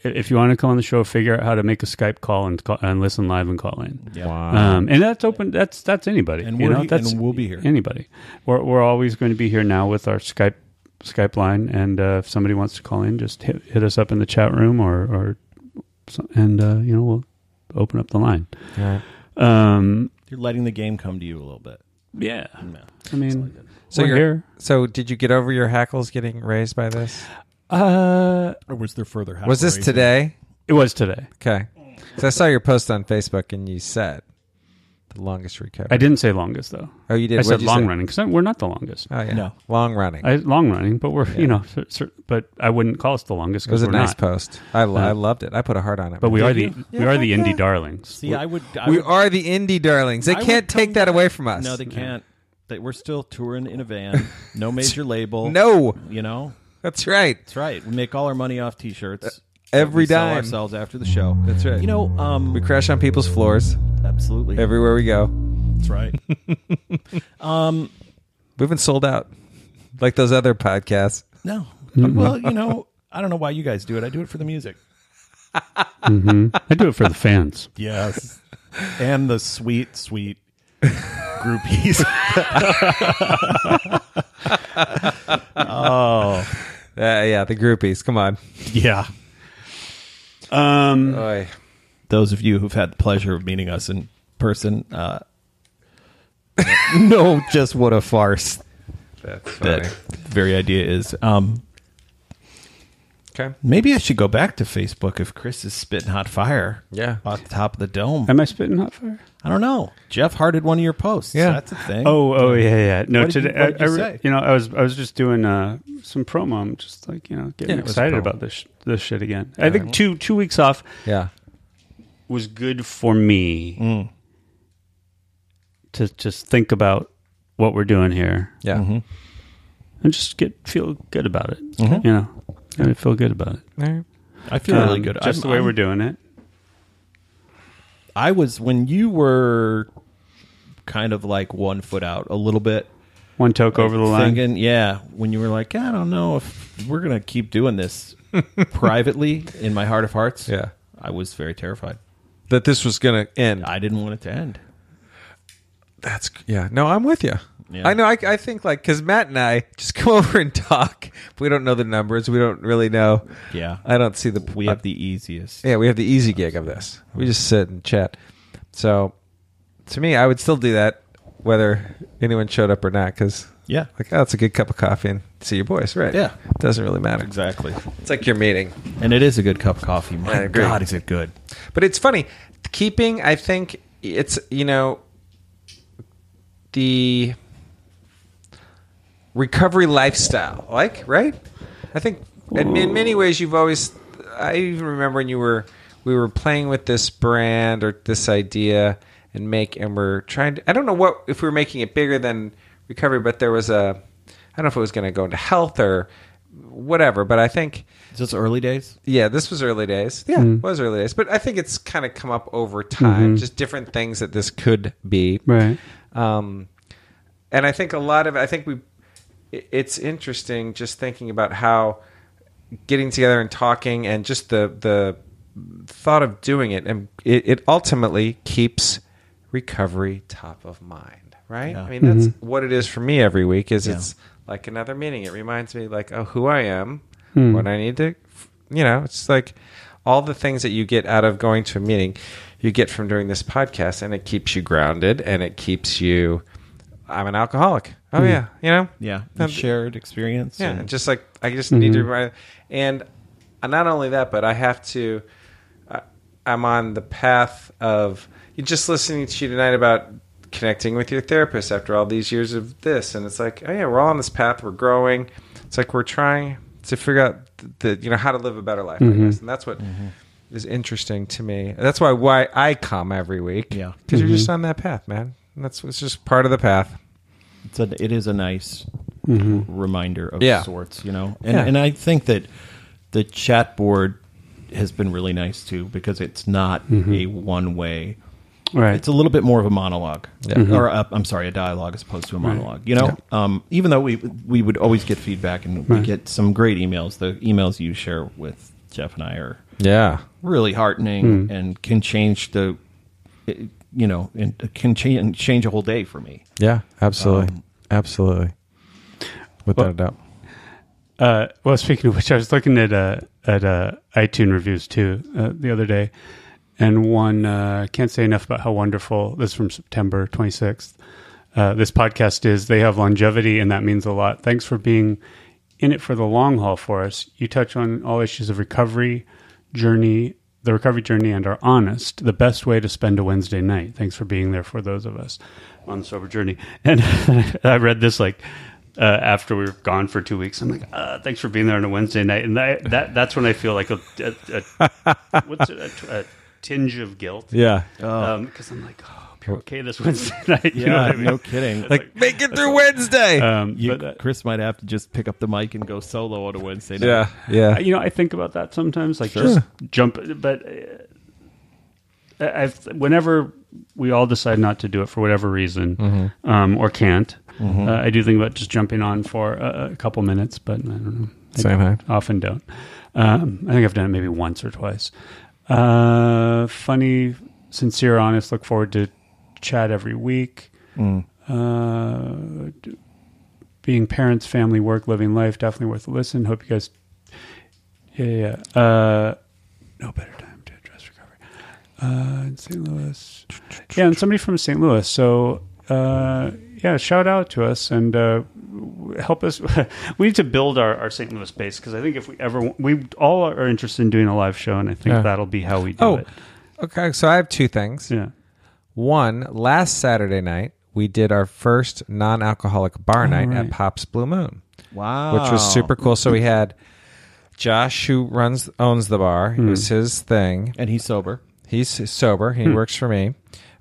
i- if you want to come on the show, figure out how to make a Skype call and call, and listen live and call in. Um, and that's open. That's that's anybody. And you we're know, he- that's and we'll be here. Anybody. We're we're always going to be here now with our Skype Skype line. And uh, if somebody wants to call in, just hit, hit us up in the chat room or or so- and uh, you know we'll open up the line. Um. You're letting the game come to you a little bit. Yeah. I mean, so we're you're here. So did you get over your hackles getting raised by this? Uh, Or was there further? Was this today? it was today. Okay. So I saw your post on Facebook and you said the longest recovery. I didn't say longest though. Oh, you did. I What'd said you long say? running because we're not the longest. Oh yeah. No. Long running. I, long running, but we're you know, cer- cer- but I wouldn't call us the longest it was because a we're nice not. Uh, post. I, lo- I loved it. I put a heart on it. But we are the you? we are the indie darlings. See, I would. I we would, are the indie darlings. They I would can't come take that back. away from us. No, they can't. They, we're still touring in a van. No major label. No. You know, That's right. that's right. We make all our money off T-shirts. Uh, every We sell dime. ourselves after the show. That's right. You know, um, We crash on people's floors absolutely. everywhere we go. That's right. We've been sold out, like those other podcasts. No. well, you know, I don't know why you guys do it. I do it for the music. I do it for the fans. Yes. and the sweet, sweet groupies. Oh. Uh, yeah, the groupies. Come on. yeah. Um, Oy. Those of you who've had the pleasure of meeting us in person, uh, no, just what a farce That's funny. that very idea is. Um, Okay. maybe I should go back to Facebook if Chris is spitting hot fire. Yeah. off the top of the dome. am I spitting hot fire? I don't know. Jeff hearted one of your posts. Yeah. that's a thing. Oh, oh yeah, yeah. No, What did you- today what did I, you I re- say? you know I was I was just doing uh, some promo. I'm just like you know getting Yeah, it was excited promo. about this sh- this shit again. I think two two weeks off Yeah. was good for me Mm. to just think about what we're doing here. Yeah. and just get feel good about it. You know, and I feel good about it. All right. I feel Mm-hmm. really Um, good. Just I'm- the way I'm- we're doing it. I was when you were kind of like one foot out a little bit, One toke over the line. thinking, yeah, when you were like, I don't know if we're gonna keep doing this privately in my heart of hearts. Yeah. I was very terrified. That this was gonna end. I didn't want it to end. That's yeah. No, I'm with you. Yeah. I know. I, I think like because Matt and I just come over and talk. We don't know the numbers. We don't really know. Yeah, I don't see the. we have the easiest. yeah. We have the easy gig of this. We just sit and chat. So, to me, I would still do that whether anyone showed up or not. Because Yeah, like, oh, it's a good cup of coffee and see your boys. Right. Yeah. It doesn't really matter. exactly. It's like your meeting. And it is a good cup of coffee. I My agree. God, is it good? But it's funny. Keeping, I think it's, you know, the recovery lifestyle, like, right? I think in, in many ways you've always, I even remember when you were, we were playing with this brand or this idea and make, and we're trying to, I don't know what, if we were making it bigger than recovery, but there was a, I don't know if it was going to go into health or whatever, but I think Is this early days? yeah, this was early days. Hmm. Yeah, it was early days. But I think it's kind of come up over time, just different things that this could be. Right. Um, and I think a lot of, I think we, i- it's interesting just thinking about how getting together and talking and just the, the thought of doing it and it, it ultimately keeps recovery top of mind, right? I mean, that's what it is for me every week is it's like another meeting. It reminds me like, oh, who I am, what I need to, you know, it's like all the things that you get out of going to a meeting, you get from doing this podcast and it keeps you grounded and it keeps you, I'm an alcoholic. Oh yeah. You know? Yeah, Um, shared experience. yeah, and- just like I just need to remind, and uh, not only that, but I have to. I I'm on the path of you just listening to you tonight about connecting with your therapist after all these years of this, and it's like, oh yeah, we're all on this path. We're growing. It's like we're trying to figure out the you know how to live a better life, I guess. And that's what is interesting to me. That's why why I come every week. Yeah. because you're just on that path, man. And that's it's just part of the path. it's a it is a nice reminder of Yeah. sorts, you know. And Yeah. and I think that the chat board has been really nice too because it's not a one way. Right. It's a little bit more of a monologue, Mm-hmm. or i I'm sorry, a dialogue as opposed to a monologue. You know, um, even though we we would always get feedback and we get some great emails. The emails you share with Jeff and I are Yeah, really Hmm. heartening and can change the, it- you know, and can change change a whole day for me. yeah, absolutely, absolutely, without a doubt. Uh, well, speaking of which, I was looking at uh, at uh, iTunes reviews too uh, the other day, and one uh, can't say enough about how wonderful this is from September 26th. Uh, this podcast is. They have longevity, and that means a lot. Thanks for being in it for the long haul for us. You touch on all issues of recovery journey, the recovery journey, and are honest. The best way to spend a Wednesday night. Thanks for being there for those of us on the sober journey. And I read this like uh, after we were gone for two weeks. I'm like, uh, thanks for being there on a Wednesday night, and that, that that's when I feel like a, a, a what's it, a, a tinge of guilt. Yeah, because I'm like, oh, you're okay this Wednesday night. you know what I mean? no kidding. Like, like make it through Wednesday. Um, You, but, uh, Chris might have to just pick up the mic and go solo on a Wednesday night. yeah, yeah, you know, I think about that sometimes, like just jump. But uh, I- I've whenever we all decide not to do it for whatever reason, um, or can't, uh, I do think about just jumping on for a, a couple minutes. But I don't know. I Same here. Often don't. Um, I think I've done it maybe once or twice. Uh, funny, sincere, honest. Look forward to chat every week. Uh, d- being parents, family, work, living life, definitely worth a listen. Hope you guys yeah, yeah. yeah. Uh, no better time to address recovery. Uh, in St. Louis. Yeah, and somebody from St. Louis. So, uh, yeah, shout out to us and uh, w- help us. we need to build our, our St. Louis base because I think if we ever, we all are interested in doing a live show, and I think Yeah. that'll be how we do Oh, it. okay. So I have two things. Yeah. One, last Saturday night, we did our first non alcoholic bar night at right. Pop's Blue Moon, Wow. which was super cool. So we had Josh, who runs owns the bar, it Hmm. was his thing. And he's sober. He's sober, Hmm. he works for me.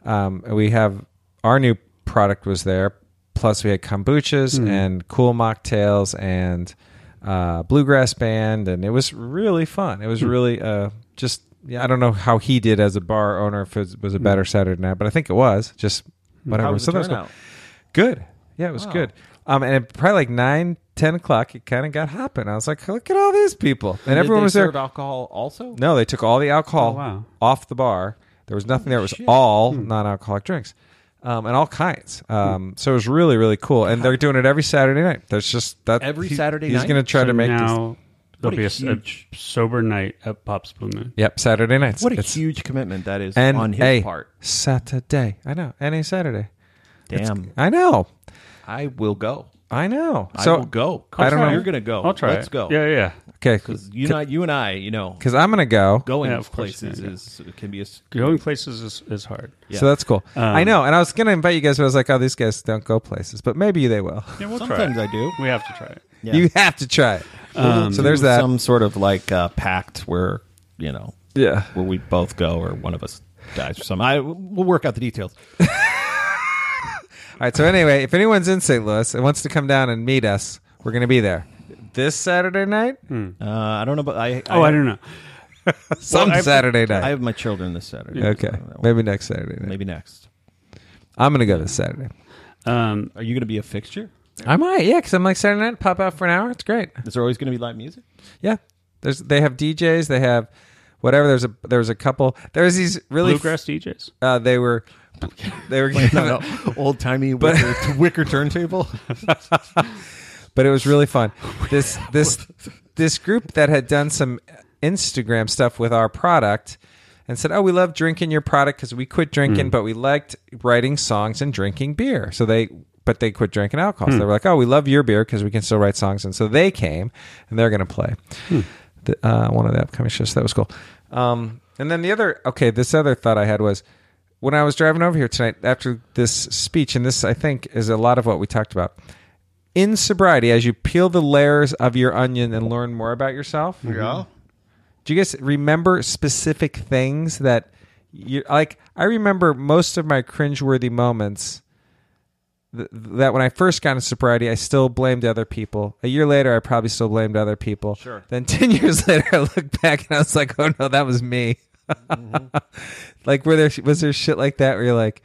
Um, and we have our new product was there, plus we had kombuchas Hmm. and cool mocktails and uh, bluegrass band, and it was really fun. It was Hmm. really uh, just. Yeah, I don't know how he did as a bar owner if it was a better Saturday night, but I think it was just whatever. Hmm. How was the So that was cool. turnout? Good. Yeah, it was good. Um, and at probably like nine, ten o'clock, it kind of got hopping. I was like, look at all these people, and, Did everyone they was there. serve alcohol also? No, they took all the alcohol Oh, wow. off the bar. There was nothing there. It was all Hmm. non-alcoholic drinks, um, and all kinds. Um, so it was really, really cool. And they're doing it every Saturday night. There's just that Every Saturday He's night? going to try So to make this. now What a there'll be a, s- a huge- sober night at Pop's Blue Moon. Yep, Saturday nights. What a It's- huge commitment that is and on his a part. Saturday. I know. Any Saturday. Damn. I know. I will go. I know. I So will go. I don't know. You're going to go. I'll try. Let's it. go. Yeah, yeah. Okay, Because you, not, you and I, you know, because I'm going to go. going Yeah, of course, places yeah, yeah. is it can be a. s- Going places is, is hard. So that's cool. Um, I know. And I was going to invite you guys, but I was like, oh, these guys don't go places, but maybe they will. Yeah, we'll Sometimes try. I do. We have to try it. Yeah. You have to try it. so there's that. Um, Some sort of like uh, pact where, you know, yeah. where we both go or one of us dies or something. I, we'll work out the details. All right. So anyway, if anyone's in St. Louis and wants to come down and meet us, we're going to be there this Saturday night, Uh, I don't know, but I. Oh, I don't know. some I've- Saturday night. I have my children this Saturday. okay, maybe next Saturday night. Maybe next. I'm going to go this Saturday. Um, Are you going to be a fixture? I might, yeah, because I'm like Saturday night, pop out for an hour. It's great. Is there always going to be live music? Yeah, there's they have DJs, they have whatever. There's a there's a couple. There's these really f- bluegrass DJs. uh, they were they were Old timey wicker, wicker turntable. but it was really fun. This this this group that had done some Instagram stuff with our product and said, "Oh, we love drinking your product because we quit drinking, but we liked writing songs and drinking beer." So they but they quit drinking alcohol. So they were like, "Oh, we love your beer because we can still write songs." And so they came and they're going to play the, uh, one of the upcoming shows. That was cool. Um, and then the other okay, this other thought I had was when I was driving over here tonight after this speech, and this I think is a lot of what we talked about in sobriety as you peel the layers of your onion and learn more about yourself? Yeah. Do you guys remember specific things that you like? I remember most of my cringeworthy moments. Th- that when I first got into sobriety, I still blamed other people. A year later, I probably still blamed other people. Sure. Then ten years later, I look back and I was like, "Oh no, that was me." like, were there was there shit like that where you're like,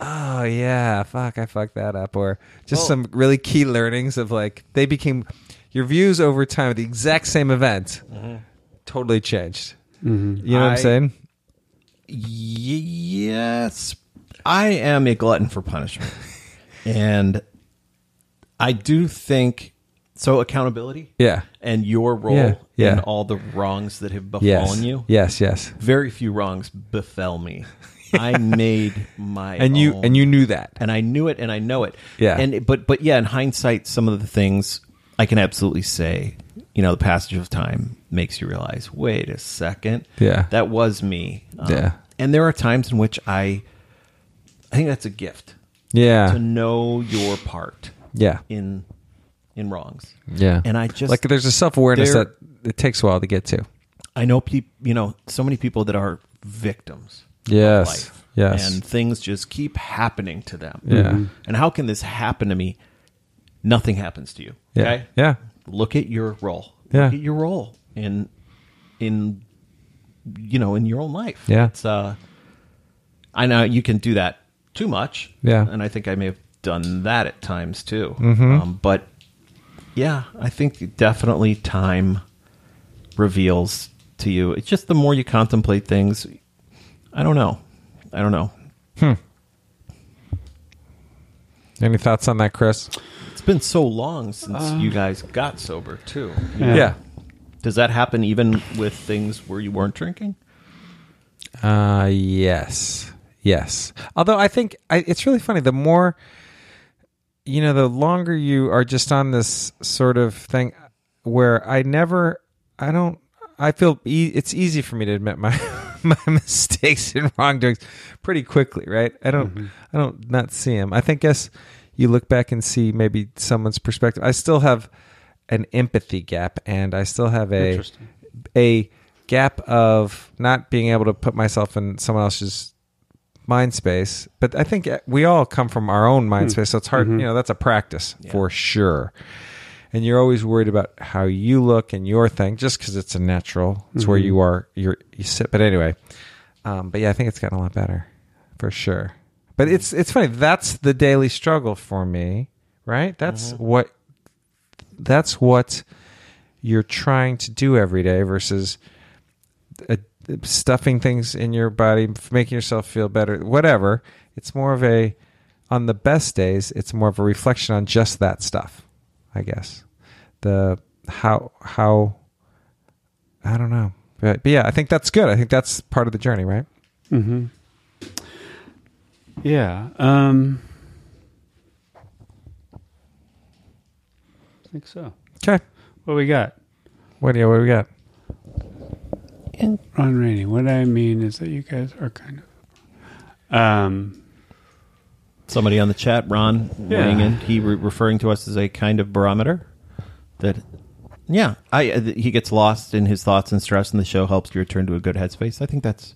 "Oh yeah, fuck, I fucked that up," or just some really key learnings of like they became your views over time at the exact same event totally changed. You know what I'm Mm-hmm. I- saying? Yes, I am a glutton for punishment, and I do think so. Accountability, Yeah. and your role Yeah, yeah. in all the wrongs that have befallen Yes. you. Yes. Yes. Very few wrongs befell me. I made my And you own- and you knew that. and I knew it and I know it. Yeah. And but but yeah, in hindsight, some of the things I can absolutely say, you know, the passage of time makes you realize, wait a second, Yeah. that was me. Um, Yeah. And there are times in which I, I think that's a gift to Yeah. know your part Yeah. in in wrongs. Yeah. And I just like there's a self awareness There- that it takes a while to get to. I know people, you know, so many people that are victims. of Yes. life. Yes. And things just keep happening to them. Yeah. Mhm. And how can this happen to me? Nothing happens to you. Yeah. Yeah. Look at your role. Yeah. Look at your role in in you know, in your own life. Yeah. It's uh I know you can do that too much. Yeah. Mm-hmm. And I think I may have done that at times too. Um, but yeah, I think definitely time reveals to you. It's just the more you contemplate things. I don't know. I don't know. Any thoughts on that, Chris? It's been so long since Uh. you guys got sober too. Yeah. Does that happen even with things where you weren't drinking? Uh, yes. Yes. Although I think I, it's really funny. The more, you know, the longer you are just on this sort of thing where I never, I don't, I feel e- it's easy for me to admit my my mistakes and wrongdoings pretty quickly, right? I don't, I don't not see them. I think guess you look back and see maybe someone's perspective. I still have an empathy gap, and I still have a Interesting. a gap of not being able to put myself in someone else's mind space. But I think eh, we all come from our own mind space, so it's hard. You know, that's a practice for sure. And you're always worried about how you look and your thing, just because it's a natural. It's where you are. You're, you sit. But anyway, um, but yeah, I think it's gotten a lot better for sure. But it's it's funny. That's the daily struggle for me, right? That's what that's what you're trying to do every day versus uh, stuffing things in your body, making yourself feel better, whatever. It's more of a, on the best days, it's more of a reflection on just that stuff, I guess. The how, how, I don't know. But, but yeah, I think that's good. I think that's part of the journey, right? Yeah. Um, I think so. Okay. What we got? What do you, what do we got? Ron Rainey. What I mean is that you guys are kind of. Um, Somebody on the chat, Ron, Yeah. weighing in. He re- referring to us as a kind of barometer. That, yeah, I uh, th- he gets lost in his thoughts and stress, and the show helps you return to a good headspace. I think that's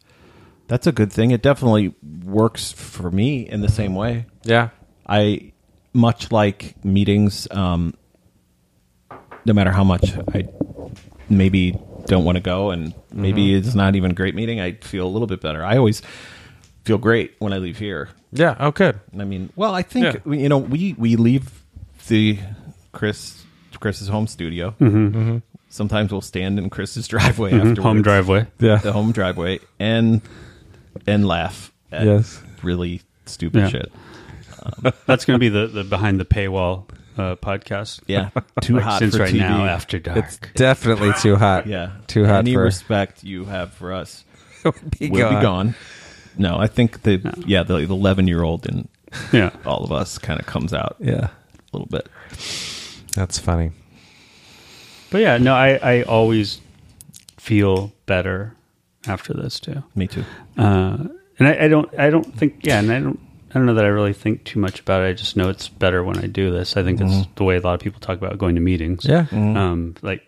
that's a good thing. It definitely works for me in the same way. Yeah. I much like meetings. Um, no matter how much I maybe don't want to go, and maybe it's not even a great meeting, I feel a little bit better. I always feel great when I leave here. Yeah. Oh, good. I mean, well, I think Yeah. we- you know we we leave the Chris Chris's home studio. Mm-hmm. Sometimes we'll stand in Chris's driveway after home driveway. Yeah. the home driveway, and and laugh at Yes. really stupid Yeah. shit. That's going to be the, the behind the paywall uh, podcast. Yeah, too Like, hot since for right TV. now after dark. It's definitely too hot. yeah, Too hot Any for respect you have for us be will be gone. No, I think the yeah the eleven year old in yeah. all of us kind of comes out Yeah. a little bit. That's funny. But yeah, no, I, I always feel better after this too. Me too. Uh, and I, I don't I don't think yeah, and I don't I don't know that I really think too much about it. I just know it's better when I do this. I think that's the way a lot of people talk about going to meetings. Mm-hmm. Yeah. Um, like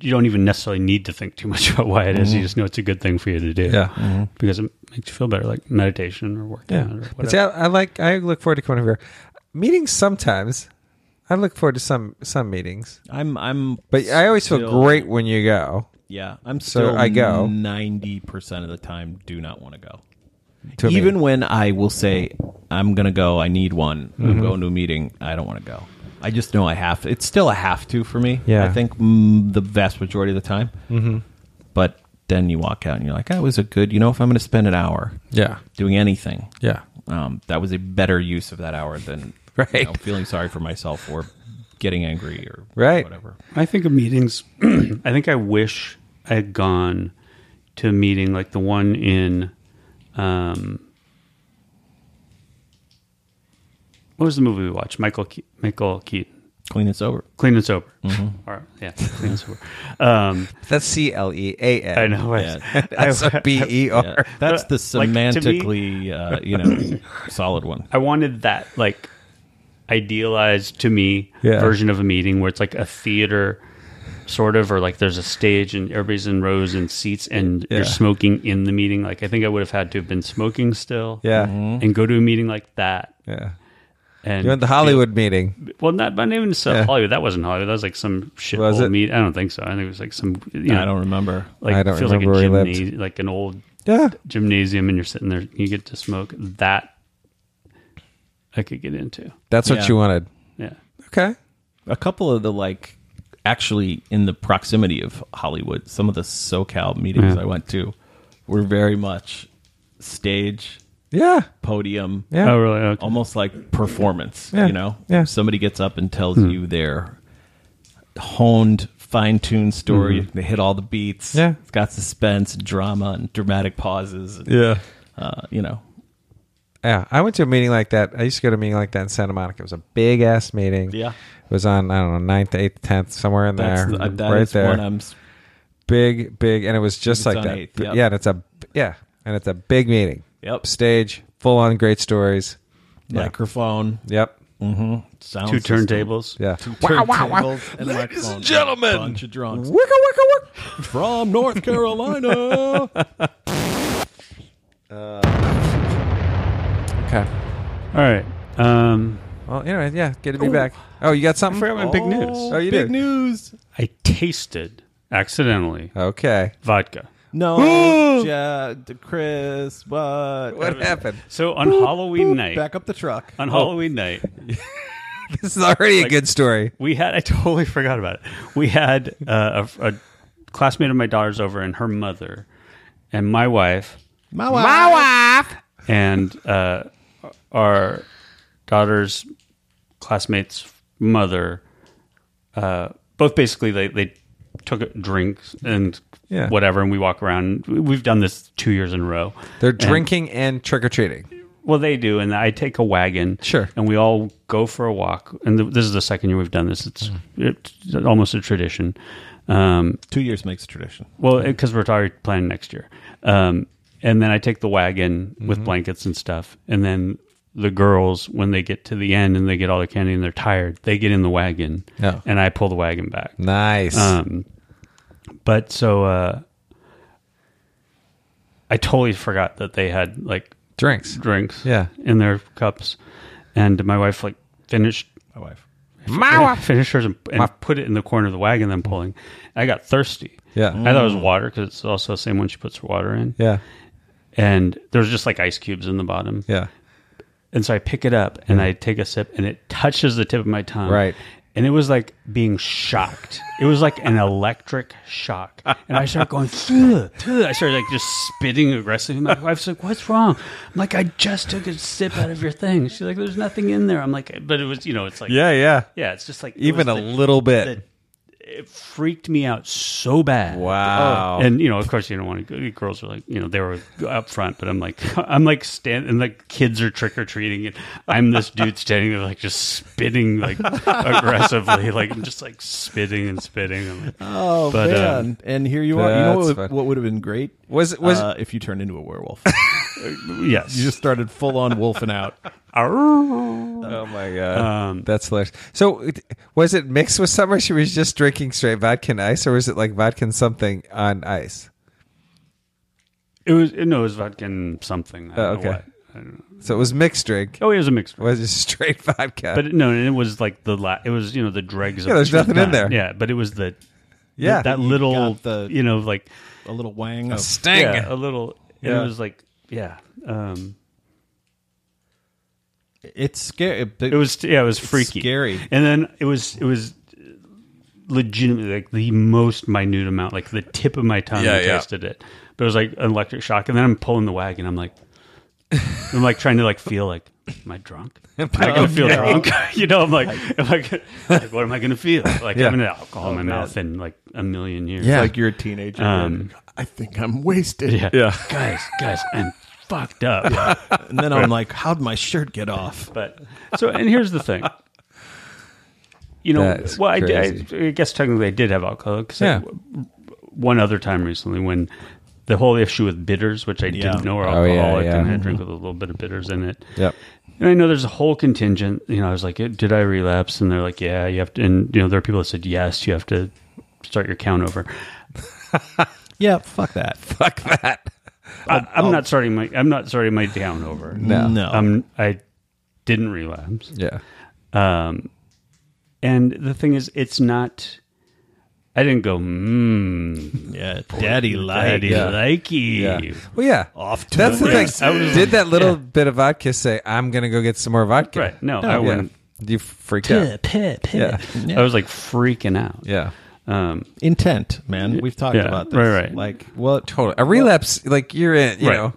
you don't even necessarily need to think too much about why it is. You just know it's a good thing for you to do. Mm-hmm. Yeah. Because it makes you feel better, like meditation or working out or Yeah, whatever. See, I, I like. I look forward to coming over here. Meetings sometimes. I look forward to some some meetings, I'm I'm but I always feel still- great when you go Yeah, I'm So still I go. 90% of the time do not want to go. to a Even meeting. when I will say I'm going to go, I need one. Mm-hmm. I'm going to a meeting, I don't want to go. I just know I have to. It's still a have to for me. Yeah. I think mm, the vast majority of the time. Mm-hmm. But then you walk out and you're like, that was a good, you know, if I'm going to spend an hour Yeah. doing anything, Yeah. um, that was a better use of that hour than you Right. know, feeling sorry for myself or getting angry or Right. whatever. I think of meetings. I think I wish I had gone to a meeting like the one in. Um, what was the movie we watched? Michael Ke- Michael Keaton, Clean and sober. Clean and Sober. Mm-hmm. Or, yeah, Clean and Sober. Um, That's C L E A N. I know. I- Yeah. That's a B E Yeah, R. that's the Like, to me- semantically, uh, you know, solid one. I wanted that like idealized to me Yeah. version of a meeting where it's like a theater sort of or like there's a stage and everybody's in rows and seats and Yeah. you're smoking in the meeting like I think I would have had to have been smoking still Yeah. and go to a meeting like that Yeah. and You went the Hollywood meeting. well not but not even so Yeah. Hollywood that wasn't Hollywood that was like some shit Was it? meet I don't think so I think it was like some you know I don't remember. like I don't feels like a remember where he gymna- like an old Yeah. gymnasium and you're sitting there you get to smoke that I could get into That's what Yeah. you wanted. yeah. Okay. A couple of the like, actually, in the proximity of Hollywood, some of the SoCal meetings I went to were very much stage, Yeah. podium, Yeah. Oh, really? Okay. almost like performance. Yeah. You know, Yeah. somebody gets up and tells you their honed, fine-tuned story. They hit all the beats. Yeah. it's got suspense, drama, and dramatic pauses. and, Yeah. uh, you know, Yeah, I went to a meeting like that. I used to go to a meeting like that in Santa Monica. It was a big ass meeting. Yeah. it was on I don't know 9th, 8th, tenth, somewhere in that's there, the, uh, that right is there. one I'm s- big, big, and it was just It's like on that. 8th, yep. Yeah, and it's a yeah, and it's a big meeting. Yep. stage, full on great stories. microphone, Yep, sound two system, turntables. yeah. wow, wow, wow. and Ladies and gentlemen, bunch of drunks Wicka wicka wick. from North Carolina. Okay. All right. Um, Well, anyway, yeah, good to be back. Oh, you got something? I forgot my big news. Oh, you Big did. news. I tasted accidentally Okay. vodka. No, Ja- Chris, what? What happened? So on Halloween night, Back up the truck. on Halloween night, This is already a good story. we had. I totally forgot about it. We had uh, a, a classmate of my daughter's over, and her mother, and my wife, My wife. My and uh, our daughter's classmate's mother, uh, both basically they, they took drinks and Yeah. whatever, and we walk around. We've done this two years in a row. They're And- drinking and trick or treating. well, they do, and I take a wagon. Sure. And we all go for a walk. And th- this is the second year we've done this. It's, Mm-hmm. it's almost a tradition. Um, Two years makes a tradition. well, because we're already planning next year. Um, and then I take the wagon Mm-hmm. with blankets and stuff. And then the girls, when they get to the end and they get all the candy and they're tired, they get in the wagon. Yeah. And I pull the wagon back. Nice. Um, but so uh, I totally forgot that they had like Drinks. drinks Yeah. in their cups. And my wife like finished My wife. My finished hers and, and put it in the corner of the wagon. Then pulling, I got thirsty. Yeah. I thought it was water because it's also the same one she puts her water in. Yeah. And there's just like ice cubes in the bottom. Yeah. And so I pick it up and I take a sip and it touches the tip of my tongue. Right. And it was like being shocked. It was like an electric shock. And I started going, "Ugh, ugh." I started like just spitting aggressively. My wife's like, what's wrong? I'm like, I just took a sip out of your thing. She's like, there's nothing in there. I'm like, but it was, you know, it's like, Yeah. Yeah. yeah, it's just like, it Even a was the- little bit. that it freaked me out so bad. Wow. And you know, of course, you don't want to. go Girls are like, you know, they were up front, but I'm like, I'm like standing, and like kids are trick or treating, and I'm this dude standing there, like just spitting, like aggressively, like I'm just like spitting and spitting. I'm like, Oh But, uh, man! and here you are. You know that's what, fun. would- what would have been great Was- was- uh, if you turned into a werewolf. yes. You just started full on wolfing out. Oh my god, Um, that's hilarious. So, it- was it mixed with something? or She was just drinking straight vodka and ice, or was it like vodka and something on ice? It was no, it was vodka and something. I don't Oh, know okay. what. So it was mixed drink. Oh, it was a mixed. Was it straight vodka? But it- no, it was like the la- it was you know the dregs. Yeah, of there's nothing in that. there. Yeah, but it was the yeah, that little got the- you know like A little wang of sting. yeah, a little. and Yeah. It was like yeah, um, it's scary. it was yeah, it was freaky, scary. and then it was it was legitimately like the most minute amount, like the tip of my tongue. Yeah, I yeah. tasted it, but it was like an electric shock, and then I'm pulling the wagon. I'm like. I'm like trying to like feel like am I drunk? Am I gonna feel drunk? you know, I'm like, am I gonna, like what am I gonna feel? Like Yeah. Oh, having alcohol in my mouth in like a million years. Yeah. like you're a teenager. Um, I think I'm wasted. yeah, Yeah. guys, guys, I'm fucked up. And then I'm like, how'd my shirt get off? But so, and here's the thing. You know, That's well, I, did- I- crazy. I guess technically I did have alcohol. 'cause I- Yeah. one other time recently when the whole issue with bitters, which I Yeah. didn't know were Oh, yeah, alcoholic, yeah. and I had a drink with a little bit of bitters in it. Yep. And I know there's a whole contingent. You know, I was like, did I relapse? And they're like, yeah, you have to. And you know, there are people that said yes, you have to start your count over. Yeah, fuck that. Fuck that. I, I'm not starting my I'm not starting my count over. No. No. Um, I didn't relapse. Yeah. Um, and the thing is, it's not. I didn't go. Mmm, yeah, daddy lied. daddy likey. Yeah. Well, yeah. Off to That's the thing. races. I was Did like- that little bit of vodka say, "I'm gonna go get some more vodka"? Oh, Right. No, I Yeah. wouldn't. You freaked out. Yeah. Yeah. I was like freaking out. Yeah. Um, Intent, man. We've talked Yeah, about this. right, right. Like, what? Totally. A relapse, like you're in. You Right. know.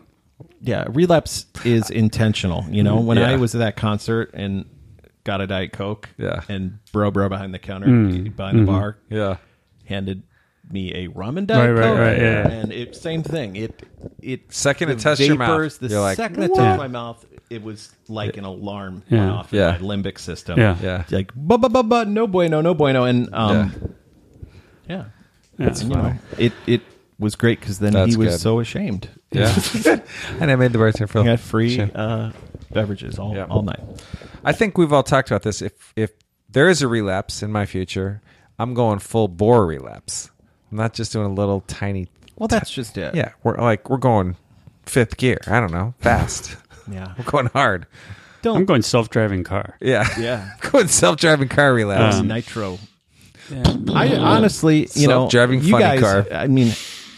Yeah, relapse is intentional. You know, when I Yeah. was at that concert and got a Diet Coke Yeah. and bro, bro behind the counter, behind the bar, Yeah. handed me a rum and diet Right, right, coke, right, yeah. and it same thing. It it Second it the touched your mouth, vapors, The you're like, second it "What?" touched my mouth, it was like an alarm went Yeah. off Yeah. in my limbic system. Yeah. Yeah. It's like ba ba ba ba, no bueno, no bueno, and um, Yeah. yeah, That's And, you know, it it was great because then That's he was good. so ashamed. Yeah. and I made the bartender feel He got free shame. uh, beverages all Yeah. all night. I think we've all talked about this. If if there is a relapse in my future, I'm going full bore relapse. I'm not just doing a little tiny. Well, that's just it. Yeah, we're like we're going fifth gear. I don't know, fast. yeah. we're going hard. Don't. I'm going self driving car. Yeah, Yeah. going self-driving car relapse. um, nitro. I honestly, you know, Self-driving you funny guys, car. I mean,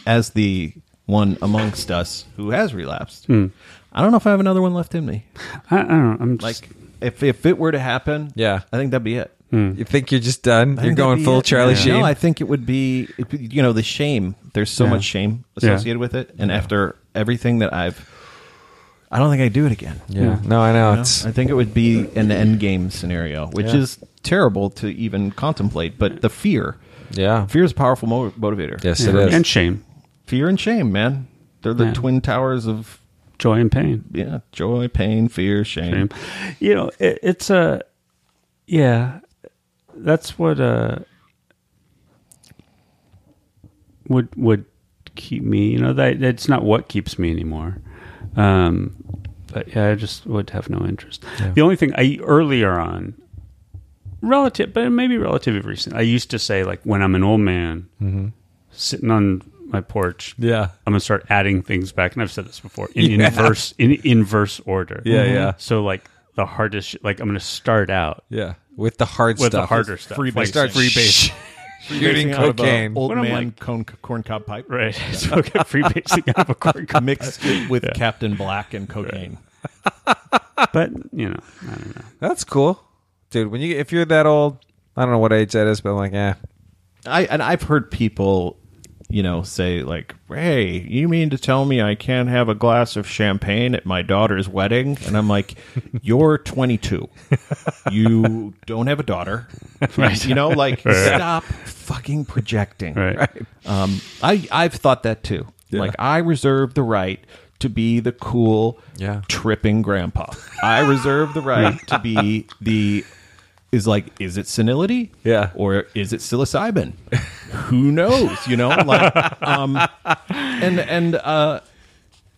as the one amongst us who has relapsed, I don't know if I have another one left in me. I, I don't know. I'm just, Like, if if it were to happen, Yeah. I think that'd be it. you think you're just I done? You're think that'd going be full it. Charlie Sheen. No, I think it would be, it'd be- you know, the shame. There's so Yeah. much shame Yeah. associated with it, and after everything that I've, I don't think I'd do it again. yeah, no, I know You know? it's I think it would be an end game scenario, which Yeah. is terrible to even contemplate. But the fear, yeah, fear is a powerful mo- motivator. yes, yeah. it is. and shame, fear and shame, man. They're the Yeah. twin towers of joy, and pain. yeah, joy, pain, fear, Shame. shame. You know, it, it's a yeah. That's what uh would would keep me. You know, that that's not what keeps me anymore. Um, but yeah, I just would have no interest. The only thing I earlier on, relative, but maybe relatively recent, I used to say like when I'm an old man sitting on my porch, Yeah. I'm gonna start adding things back, and I've said this before in inverse in inverse order. Yeah, yeah. Mm-hmm. So like the hardest, sh- like I'm gonna start out Yeah, with the hard with stuff, the harder stuff, Free like basing. start free base, shooting cocaine. uh, old When I'm man like- cone, corn cob pipe right? So get free basing out of a corn cob. mixed with Captain Black and cocaine. But you know, I don't know. That's cool, dude. When you if you're that old, I don't know what age that is, but I'm like, eh, I and I've heard people, you know, say like, "Hey, you mean to tell me I can't have a glass of champagne at my daughter's wedding?" And I'm like, "You're 22. you don't have a daughter, right? You know, like stop fucking projecting. Right. Right. Um, I I've thought that too. Like I reserve the right." To be the cool, Yeah. tripping grandpa, I reserve the right to be the is like, is it senility? Yeah. Or is it psilocybin? Who knows? You know, like, um, and and uh,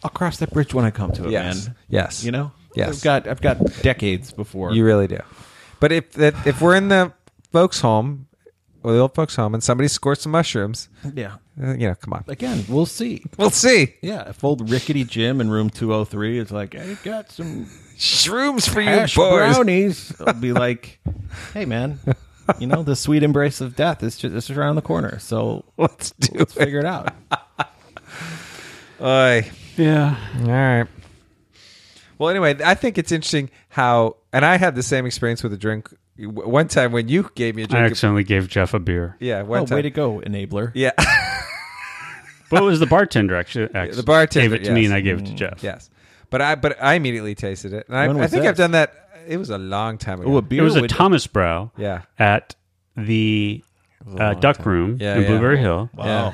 I'll cross that bridge when I come to it, Yes. man. Yes. You know? Yes. I've got I've got decades before. You really do. But if that if we're in the folks' home or the old folks' home and somebody scores some mushrooms, yeah. uh, you know, come on. Again, we'll see. We'll see. Yeah, if old rickety Jim in room 203 is like, I've got some Shrooms for you hash boys. brownies, I'll be like, hey, man, you know, the sweet embrace of death is just, it's just around the corner. So Let's do let's it. figure it out. Oy. Yeah. All right. Well, anyway, I think it's interesting how, and I had the same experience with a drink w- one time when you gave me a I drink. accidentally gave Jeff a beer. yeah, one Oh, time. way to go, enabler. Yeah. But it was the bartender actually, actually bartender, gave it to me yes. Mm, and I gave it to Jeff. yes. But I but I immediately tasted it, and I, When I was think that? I've done that. It was a long time ago. Ooh, a beer It was a would- Thomas Brow Yeah. at the uh, Duck Room Yeah, in yeah. Blueberry Hill. Yeah. Wow.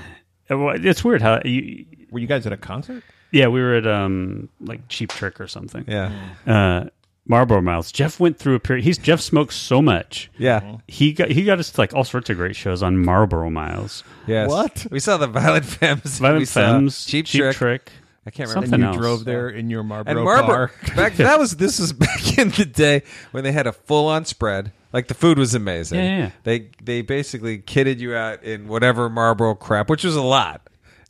Uh, well, It's weird how you, Were you guys at a concert? yeah, we were at um like Cheap Trick or something. Yeah. Uh, Marlboro Miles. Jeff went through a period. He's Jeff smokes so much. Yeah. He got he got us to, like all sorts of great shows on Marlboro Miles. Yes. What? We saw the Violent Femmes. we Violent saw Femmes, Cheap, Trick. I can't remember. Something And you- else. Drove there in your Marlboro, And Marlboro. car. Back, that was this was back in the day when they had a full on spread. Like the food was amazing. Yeah, yeah, yeah. They they basically kidded you out in whatever Marlboro crap, which was a lot.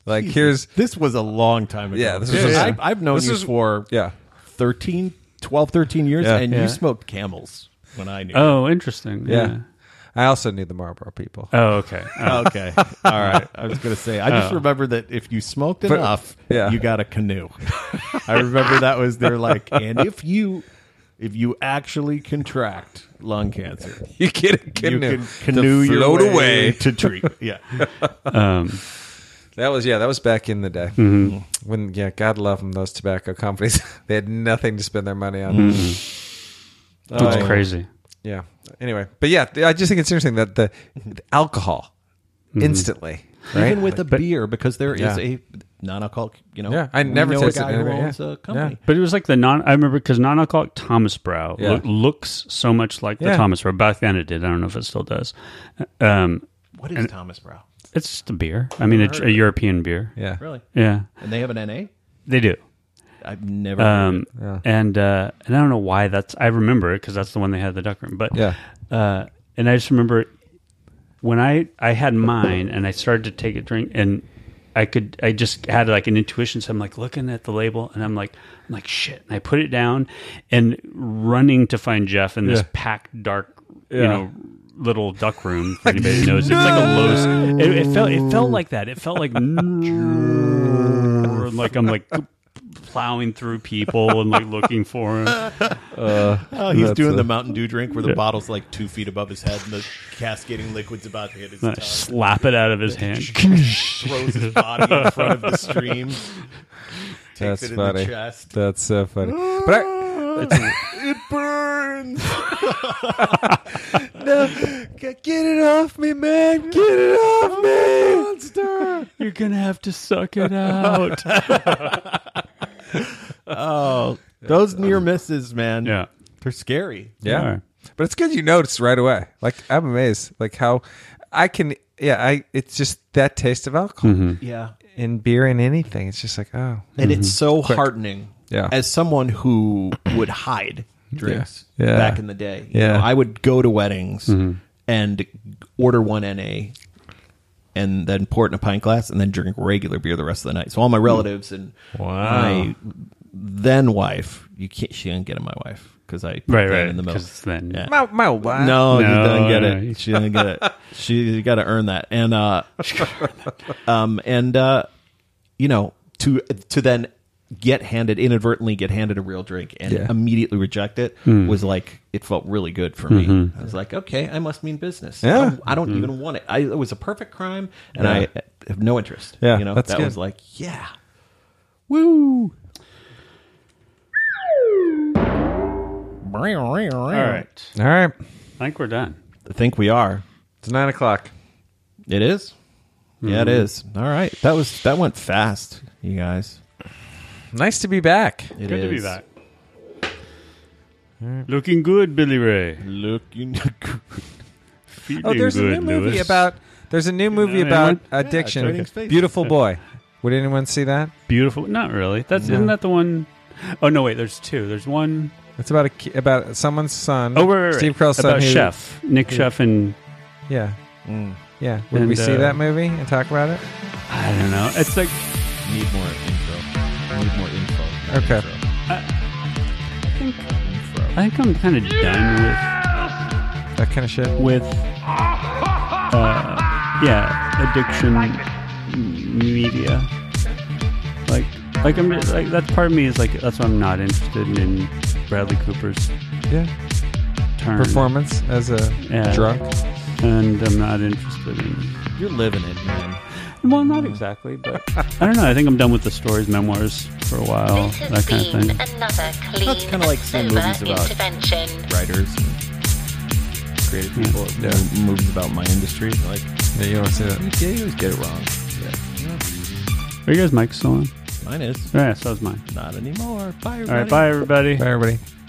Like here's This was a long time ago. Yeah, this Dude, was a- I've, I've known this you is- for yeah. 13, 12, 13 years, Yeah. and Yeah. you smoked camels when I knew. Oh, interesting. Yeah. I also knew the Marlboro people. Oh, okay. Uh, Okay. All right. I was going to say, I just remember that if you smoked enough, Uh. yeah. you got a canoe. I remember that was their like, and if you if you actually contract lung cancer, You get a canoe, you can canoe to your float way away. to treat. Yeah. That was yeah, that was back in the day when yeah, God love them those tobacco companies. they had nothing to spend their money on. Oh, that's crazy. Yeah. Anyway, but yeah, I just think it's interesting that the, the alcohol instantly, right? Even with a beer, because there is Yeah. a non-alcoholic. You know, Yeah, I we never know a tasted guy who anybody, yeah. owns a company. But it was like the non. I remember because non-alcoholic Thomas Brow Yeah. lo- looks so much like Yeah. the Thomas Brow. Back then, it did. I don't know if it still does. Um, What is Thomas Brow? it's just a beer. I mean, a, a European beer. yeah. Really? Yeah, And they have an NA? they do. I've never. heard Um, of and uh, and I don't know why that's. I remember it because that's the one they had at the duck room. But Yeah. uh, and I just remember when I I had mine and I started to take a drink and I could I just had like an intuition. So I'm like looking at the label and I'm like I'm like shit. And I put it down and running to find Jeff in this packed dark you Yeah. know little duck room for anybody who knows it's like a low it, it felt it felt like that it felt like or like I'm like plowing through people and like looking for him. Oh, he's doing the Mountain Dew drink where the bottle's like two feet above his head and the cascading liquid's about to hit his I tongue. slap it out of his hand. Throws his body in front of the stream. Takes That's it in funny. the chest. That's so funny. But I, It burns. get it off me, man. Get it off me. Monster. You're gonna have to suck it out. Those near misses, man. yeah. They're scary. Yeah. Yeah. But it's good you noticed right away. Like I'm amazed like how I can yeah, I it's just that taste of alcohol Yeah. in beer and anything. It's just like, oh. And it's so heartening. Yeah. As someone who would hide drinks Yeah. Yeah. back in the day. You Yeah. Mm-hmm. know, I would go to weddings and order one NA and then pour it in a pint glass and then drink regular beer the rest of the night. So Mm. all my relatives and my then wife, you can't she didn't get it my wife because I put Right, that right. in the middle. Because then Yeah. My my wife. No, she No, didn't get no. it. She didn't get it. She got to earn that. And uh, um, and uh, you know, to to then get handed inadvertently get handed a real drink and Yeah. immediately reject it Hmm. was like it felt really good for me. Mm-hmm. I was like, okay, I must mean business. I Yeah. don't, I don't even want it. I, it was a perfect crime, and I have no interest. Yeah, you know, that's that good. was like, yeah, woo. All All right. right. All right. I think we're done. I think we are. It's nine o'clock. It is? Yeah, it is. All right. That was that went fast, you guys. Nice to be back. It is Good to be back. Looking good, Billy Ray. Looking Feeling Oh, there's a good, new movie Lewis. about there's a new movie Yeah, about yeah, addiction. Trading Spaces. Beautiful boy Would anyone see that? Beautiful. Not really. That's isn't that the one Oh no, wait. There's two. There's one It's about a ki- about someone's son. Oh, right, right, right. Steve Carell's son. about who- Chef Nick Chef, and Yeah. Yeah. Mm. Would And, we see uh, that movie and talk about it? I don't know. It's like Need more info. Need more info. not Okay. intro. I think I think I'm kind of done That kind of shit. with with uh, yeah addiction m- media. Like like I'm just, like that part of me is like that's why I'm not interested in Bradley Cooper's Yeah. turn Performance as a Yeah. drunk. and I'm not interested in. You're living it, man. Well, not exactly, but I don't know. I think I'm done with the stories, memoirs for a while, This that has kind of been thing. another clean That's kinda like seeing and movies sober about- intervention. Writers and creative people, Yeah. mo- movies about my industry. Like, Yeah, you don't see that. yeah, you always get it wrong. Are you guys mics still on? Mine is All right, so is mine. not anymore. Bye. All right, bye everybody. Bye, everybody.